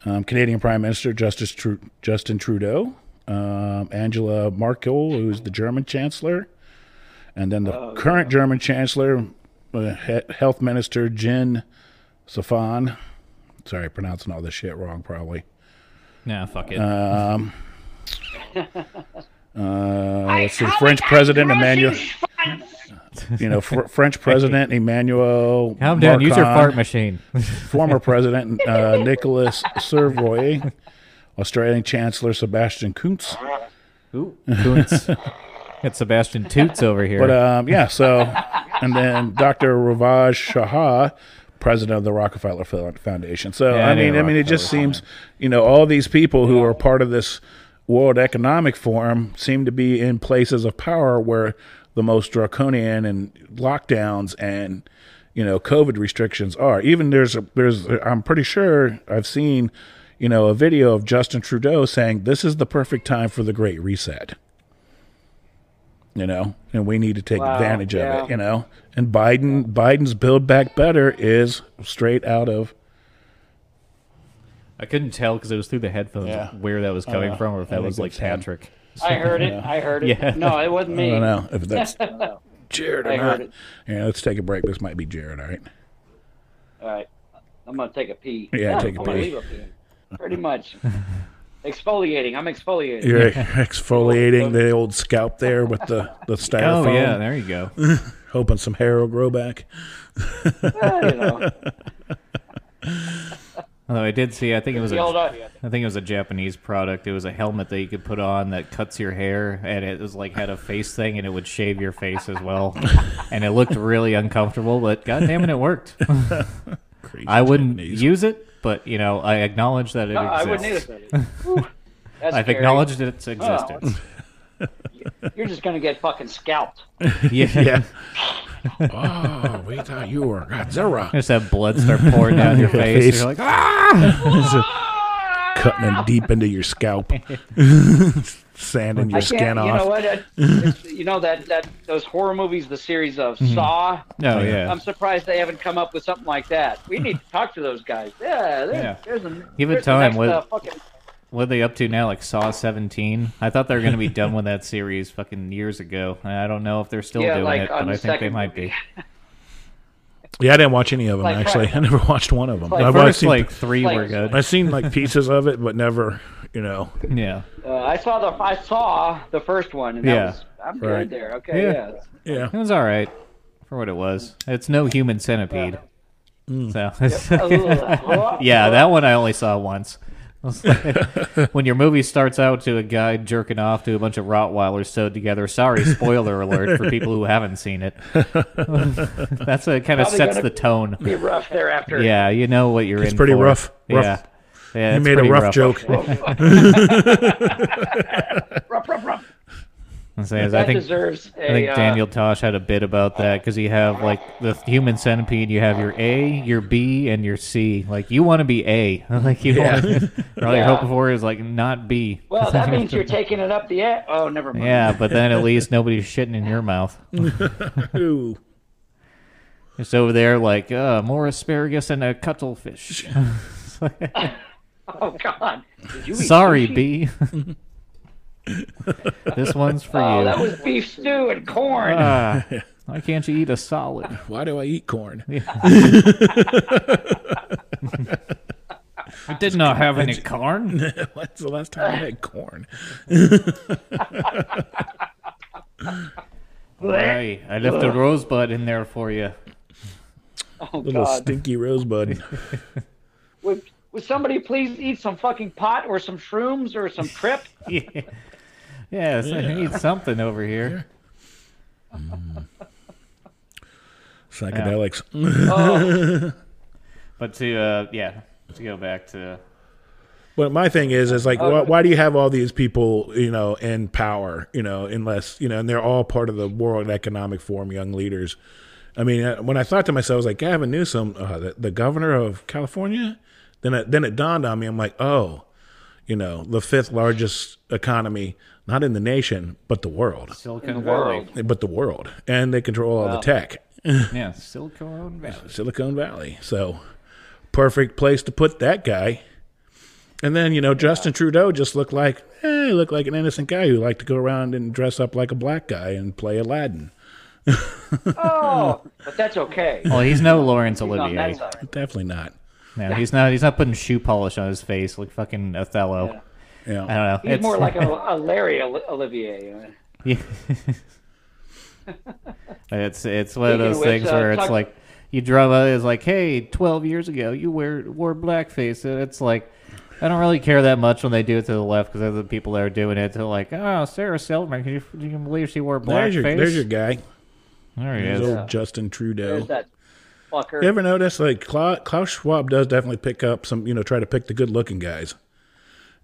S1: um, Canadian Prime Minister Justice Tru- Justin Trudeau, um, Angela Merkel, who's the German Chancellor, and then the current German Chancellor, uh, he- Health Minister Jen Safan. Sorry, pronouncing all this shit wrong, probably.
S2: Nah, fuck it.
S1: Uh, let's see, French President Emmanuel. You know, fr- French President Emmanuel.
S2: Calm down. Use your
S1: Macron.
S2: fart machine.
S1: former President uh, Nicholas Servoy, Australian Chancellor Sebastian Kuntz.
S2: Ooh, Toots. Got Sebastian Toots over here.
S1: But um, yeah, so and then Dr. Ravaj Shah, President of the Rockefeller Fo- Foundation. So
S2: Yeah, I
S1: I
S2: knew
S1: mean, I mean, it just
S2: Rockefeller.
S1: seems you know all these people who are part of this World Economic Forum seem to be in places of power where the most draconian and lockdowns and you know COVID restrictions are. Even there's a, there's I'm pretty sure I've seen you know, a video of Justin Trudeau saying this is the perfect time for the Great Reset. You know, and we need to take
S3: Wow,
S1: advantage
S3: yeah.
S1: of it. You know, and Biden Biden's Build Back Better is straight out of
S2: I couldn't tell because it was through the headphones
S1: Yeah.
S2: where that was coming
S1: know.
S2: from, or if
S1: I
S2: that
S1: think
S2: was like
S1: it's him.
S2: Patrick.
S3: I heard it. I heard it.
S2: Yeah.
S3: No, it wasn't
S1: I
S3: me.
S1: don't know if that's Jared or
S3: I
S1: not.
S3: heard it.
S1: Yeah, let's take a break. This might be Jared. All right.
S3: All right. I'm going to take a pee.
S1: Yeah, take a
S3: I'm gonna
S1: pee.
S3: leave pee. Pretty much. exfoliating. I'm exfoliating.
S1: You're exfoliating the old scalp there with the the styrofoam,
S2: Oh yeah, there you go.
S1: hoping some hair will grow back.
S3: Eh, you know,
S2: Although I did see, I think it was
S3: the old,
S2: a,
S3: uh,
S2: I think it was a Japanese product. It was a helmet that you could put on that cuts your hair, and it was like had a face thing, and it would shave your face as well. and it looked really uncomfortable, but goddamn it, it worked.
S1: Crazy
S2: I wouldn't
S1: Japanese.
S2: use it, but you know, I acknowledge that it
S3: I wouldn't
S2: exists.
S3: either. Whew. That's
S2: I've
S3: scary. Oh.
S2: acknowledged its existence.
S3: You're just going to get fucking scalped.
S2: yeah.
S1: Yeah. oh, we thought you were Godzilla.
S2: Just have blood start pouring down your face.
S1: face.
S2: You're like, ah!
S1: Cutting them deep into your scalp, sanding your
S3: I can't,
S1: skin
S3: you
S1: off.
S3: know what? I- it's- you know that, that those horror movies, the series of
S1: Mm-hmm.
S3: Saw.
S2: No, Oh, yeah.
S3: I'm surprised they haven't come up with something like that. We need to talk to those guys. Yeah, there's,
S2: Yeah.
S3: there's a,
S2: Give it
S3: there's the
S2: time,
S3: next,
S2: what-
S3: uh, fucking-
S2: What are they up to now? Like Saw 17? I thought they were going to be done with that series fucking years ago. I don't know if they're still
S3: Yeah,
S2: doing
S3: like
S2: it,
S3: on
S2: but
S3: the
S2: I think they
S3: second
S2: might be.
S3: movie.
S1: Yeah, I didn't watch any of them
S3: Like,
S1: actually. I never watched one of them.
S3: like
S1: I've always
S2: First,
S1: seen,
S2: like three were
S3: Players.
S2: good.
S1: I've seen like pieces of it, but never, you know.
S2: Yeah.
S3: Uh, I saw the I saw the first one, and that
S2: Yeah.
S3: was I'm
S1: Right.
S3: good there. Okay,
S2: Yeah.
S3: yeah.
S1: Yeah,
S2: It was all right for what it was. It's no human centipede. So,
S3: Ugh.
S2: yeah, that one I only saw once. I was like- when your movie starts out to a guy jerking off to a bunch of Rottweilers sewed together, sorry, spoiler alert for people who haven't seen it. That's a kind of
S3: Probably
S2: sets
S3: gonna-
S2: the tone.
S3: Be rough thereafter.
S2: Yeah, you know what you're in.
S1: pretty
S2: for.
S1: rough. Rough.
S2: Yeah, yeah.
S1: you
S2: it's
S1: made a
S2: pretty
S1: rough, joke.
S3: Ruff, ruff, ruff.
S2: I'm saying is I
S3: That
S2: think
S3: deserves a.
S2: I think
S3: uh,
S2: Daniel Tosh had a bit about that because you have like the human centipede. You have your A, your B, and your C. Like you want to be A. Like you
S1: Yeah.
S2: want. All you're
S3: Yeah.
S2: hoping for is like not B.
S3: well, that means you're taking it up the. A- oh, never mind.
S2: Yeah, but then at least nobody's shitting in your mouth.
S1: Ooh.
S2: It's over there like uh, more asparagus and a cuttlefish.
S3: Oh God. Did you eat
S2: Sorry,
S3: sushi?
S2: B. this one's for
S3: Oh,
S2: you.
S3: that was beef stew and corn.
S2: Ah, why can't you eat a solid?
S1: Why do I eat corn?
S2: I did not have any corn.
S1: When's the last time I had corn?
S2: Right, I left a rosebud in there for you.
S3: oh
S1: Little
S3: God.
S1: stinky rosebud.
S3: Would, would somebody please eat some fucking pot or some shrooms or some trip?
S2: yeah, yes, I need something over here.
S1: Psychedelics.
S2: But to uh, yeah, to go back to
S1: Well, my thing is, is like, why, why do you have all these people, you know, in power, you know, unless, you know, and they're all part of the World Economic Forum young leaders. I mean, uh, when I thought to myself, I was like, Gavin Newsom, uh, the, the governor of California. Then, it, then it dawned on me. I'm like, oh, you know, the fifth largest economy, not in the nation, but the world,
S2: Silicon Valley.
S3: world.
S1: but the world, and they control all the tech,
S2: Yeah, Silicon Valley.
S1: Silicon Valley. So, perfect place to put that guy. And then you know Justin Trudeau just looked like eh, he looked like an innocent guy who liked to go around and dress up like a black guy and play Aladdin.
S3: Oh, but that's okay.
S2: Well, he's no Laurence
S3: On that
S2: Olivier.
S3: side.
S1: Definitely not.
S2: No, he's not. He's not putting shoe polish on his face like fucking Othello.
S1: You know,
S2: I don't know.
S3: He's more like a, a Larry Oli- Olivier.
S2: Yeah. it's it's one of those
S3: Speaking of which,
S2: things
S3: uh,
S2: where it's
S3: talk-
S2: like you drama is like, hey, twelve years ago you wear wore blackface, and it's like. I don't really care that much when they do it to the left because they're the people that are doing it. They're like, oh, Sarah Silverman, can you, can you believe she wore blackface?
S1: there's your there's your guy.
S2: there he
S1: There's
S2: is.
S1: old Justin Trudeau.
S3: There's that fucker.
S1: You ever notice like Cla- Klaus Schwab does definitely pick up some, you know, try to pick the good looking guys.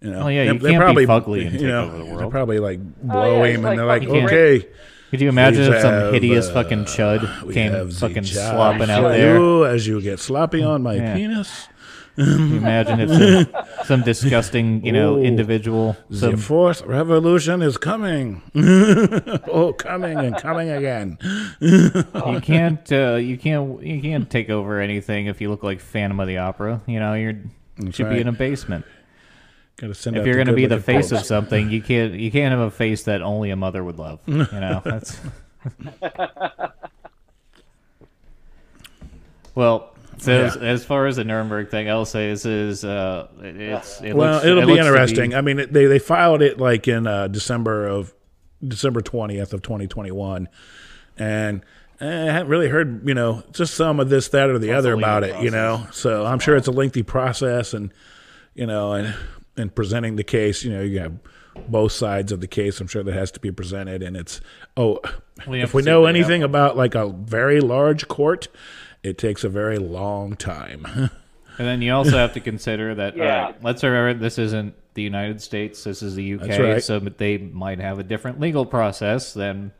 S1: You know,
S2: Well, Oh, yeah,
S1: They-
S2: you
S1: they
S2: can't be
S1: probably,
S2: fugly and
S1: you
S2: take
S1: know,
S2: over the
S1: they
S2: world.
S1: probably like blow
S3: Oh, it's
S1: him,
S3: like
S1: and they're like,
S3: fucking-
S1: okay,
S2: Could you imagine
S1: These
S2: if some
S1: have,
S2: hideous
S1: uh,
S2: fucking chud
S1: we
S2: came
S1: have the
S2: fucking
S1: job
S2: slopping out
S1: for
S2: there?
S1: you as you get sloppy on my
S2: Yeah.
S1: penis.
S2: Can you imagine if some, some disgusting, you know,
S1: Ooh.
S2: individual,
S1: The
S2: some
S1: fourth revolution is coming. oh, coming and coming again.
S2: you can't uh, you can't you can't take over anything if you look like Phantom of the Opera. You know, you're should
S1: right.
S2: be in a basement.
S1: Gotta send
S2: If
S1: out
S2: you're going to be the
S1: good-looking
S2: face
S1: folks.
S2: of something, you can't you can't have a face that only a mother would love. You know, that's Well, so as, as far as the Nuremberg thing, I'll say this is uh, it- it's it
S1: well,
S2: looks,
S1: it'll
S2: it
S1: be
S2: looks to
S1: interesting. I mean, it- they they filed it like in uh, December of December twentieth of twenty twenty one, and eh, I haven't really heard you know just some of this, that, or the other
S2: legal
S1: about it. You know, so I'm sure it's a lengthy process, and you know, and and presenting the case, you know, you have both sides of the case. I'm sure that has to be presented, and it's oh,
S2: We have
S1: if
S2: to
S1: we
S2: see if
S1: know
S2: they have
S1: anything about like a very large court, it takes a very long time.
S2: And then you also have to consider that.
S3: Yeah.
S2: All right, let's remember this isn't the United States. This is the UK.
S1: That's right.
S2: So they might have a different legal process than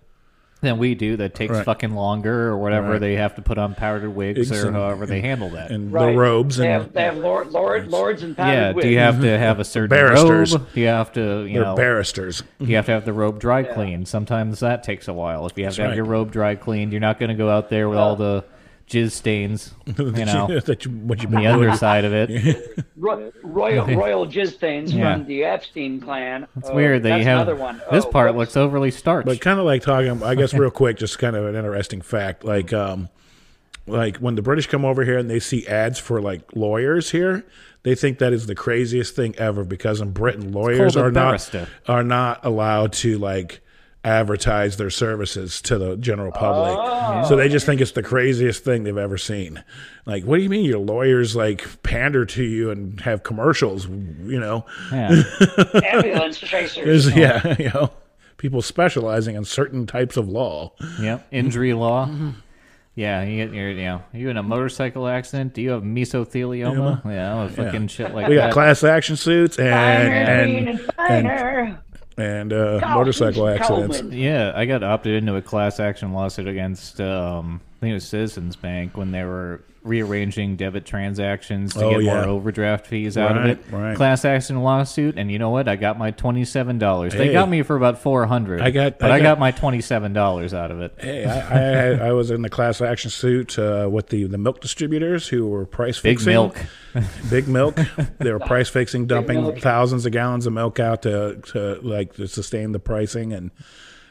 S2: than we do. That takes
S1: Right.
S2: fucking longer or whatever
S1: Right.
S2: they have to put on powdered wigs
S1: Wigs
S2: or
S1: and-
S2: however they handle that.
S1: and
S3: Right.
S1: the robes
S3: They
S1: and
S3: have, they have lord, lord, lords and powdered
S2: yeah.
S3: wigs.
S2: Do you have to have a certain
S1: Barristers.
S2: robe? Do you have to you
S1: they're
S2: know?
S1: barristers.
S2: You have to have the robe dry cleaned. Sometimes that takes a while. If you have to have
S1: right.
S2: your robe dry cleaned, you're not going to go out there with all the jizz stains. You know.
S1: that you, what you've
S2: on
S1: been
S2: The
S1: doing.
S2: underside of it.
S3: Ro- royal royal jizz stains
S2: Yeah.
S3: from the Epstein clan? Oh,
S2: It's weird that
S3: that's
S2: you have
S3: another one.
S2: this
S3: Oh,
S2: part
S3: whoops.
S2: looks overly starched.
S1: But kind of like talking, I guess, real quick, just kind of an interesting fact. Like,
S2: Mm-hmm.
S1: um, like when the British come over here and they see ads for like lawyers here, they think that is the craziest thing ever because in Britain lawyers
S2: called a
S1: are not
S2: barrister.
S1: are not allowed to like advertise their services to the general public.
S2: Oh.
S1: So they just think it's the craziest thing they've ever seen. Like, what do you mean your lawyers like pander to you and have commercials, you know?
S2: yeah.
S3: ambulance chasers.
S1: There's, yeah, you know, people specializing in certain types of law.
S2: yep. Injury law. Yeah, you get your, you know, are you in a motorcycle accident? Do you have mesothelioma? Yeah, all the fucking shit like
S1: We got
S2: that.
S1: class action suits and
S3: Finer,
S1: and
S3: and finer.
S1: and uh, motorcycle accidents.
S3: Coleman.
S2: yeah, I got opted into a class action lawsuit against, um, I think it was Citizens Bank when they were rearranging debit transactions to
S1: Oh,
S2: get
S1: yeah.
S2: more overdraft fees out
S1: Right,
S2: of it.
S1: right.
S2: Class action lawsuit, and you know what? I got my twenty-seven dollars. They
S1: Hey.
S2: got me for about four hundred.
S1: I got-
S2: but
S1: I
S2: I got
S1: got-
S2: my twenty-seven dollars out of it.
S1: Hey, I, I I was in the class action suit uh, with the, the milk distributors who were price
S2: Big
S1: fixing
S2: milk.
S1: Big milk. They were price fixing, dumping
S3: milk.
S1: thousands of gallons of milk out to, to like to sustain the pricing and.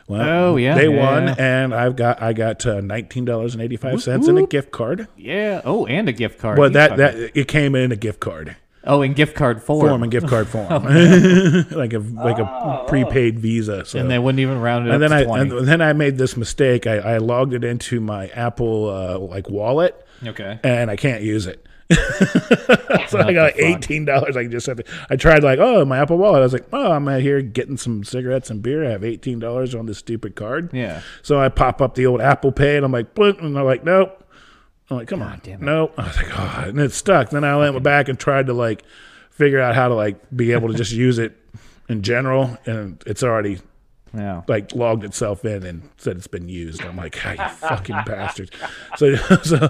S1: Well,
S2: Oh, yeah,
S1: they
S2: yeah,
S1: won,
S2: yeah.
S1: and I've got I got uh, nineteen dollars and eighty five cents in a gift card.
S2: Yeah. Oh, and a gift card.
S1: Well,
S2: You
S1: that
S2: fucker.
S1: that it came in a gift card.
S2: Oh, in gift card form.
S1: form and gift card form, like a like a prepaid Visa. So.
S2: Oh, And they wouldn't even round it
S1: And
S2: up
S1: then
S2: to
S1: I
S2: 20.
S1: and then I made this mistake. I, I logged it into my Apple uh, like wallet,
S2: okay.
S1: and I can't use it. so I got
S2: the fuck.
S1: eighteen dollars. I just have to, I tried like oh my Apple wallet. I was like oh I'm out here getting some cigarettes and beer. I have eighteen dollars on this stupid card.
S2: Yeah.
S1: So I pop up the old Apple Pay and I'm like, blink, and they're like, nope. I'm like, come on,
S2: damn it.
S1: nope. I was like, oh, and it stuck. Then I went back and tried to like figure out how to like be able to just use it in general, and it's already
S2: Yeah.
S1: like logged itself in and said it's been used. I'm like, ah, you fucking bastards. So, so,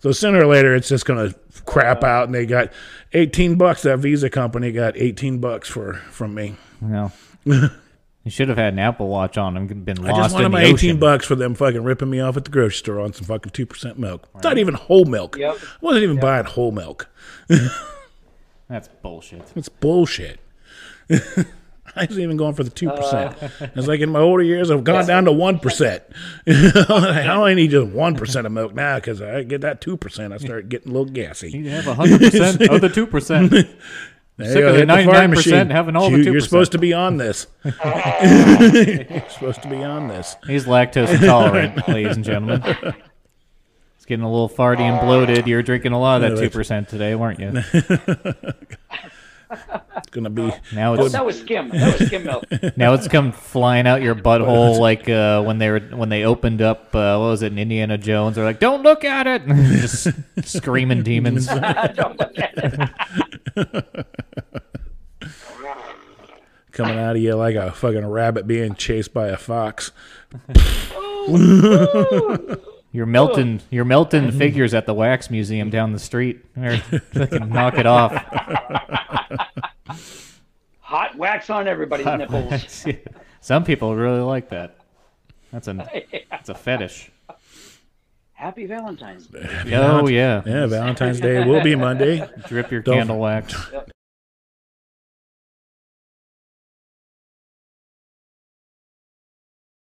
S1: so sooner or later, it's just gonna crap out, and they got 18 bucks. That Visa company got 18 bucks for from me.
S2: No. you should have had an Apple Watch on and been
S1: I
S2: lost
S1: just wanted
S2: in the
S1: my
S2: ocean.
S1: 18 bucks for them fucking rippking me off at the grocery store on some fucking 2% milk. It's Not even whole milk.
S3: Yep.
S1: I wasn't even buying whole milk.
S2: That's bullshit.
S1: It's bullshit. I was even going for the 2%.
S3: Uh.
S1: it's like in my older years, I've gone down to 1%. I only need just 1% of milk now because I get that 2%, I start getting a little gassy.
S2: You have 100% of the 2%.
S1: There
S2: Sick
S1: you go,
S2: of the
S1: hit the farm
S2: 99%
S1: machine.
S2: having all the
S1: you, You're
S2: 2%.
S1: supposed to be on this. you're supposed to be on this.
S2: He's lactose intolerant, ladies and gentlemen. It's getting a little farty and bloated. You were drinking a lot of that 2% today, weren't you?
S1: It's going to be.
S2: Now
S3: Oh,
S2: it's
S3: that was skim. That was skim milk.
S2: Now it's come flying out your butthole like uh, when they were when they opened up uh, what was it in Indiana Jones? They're like, "Don't look at it!" Just screaming demons.
S1: coming out of you like a fucking rabbit being chased by a fox.
S2: You're melting. You're melting figures at the wax museum down the street. Or fucking knock it off.
S3: Hot wax on everybody's nipples.
S2: Some people really like that. That's a that's a fetish.
S3: Happy Valentine's Day.
S2: Oh yeah,
S1: Yeah, Valentine's Day will be Monday.
S2: drip your
S1: Don't-
S2: candle wax.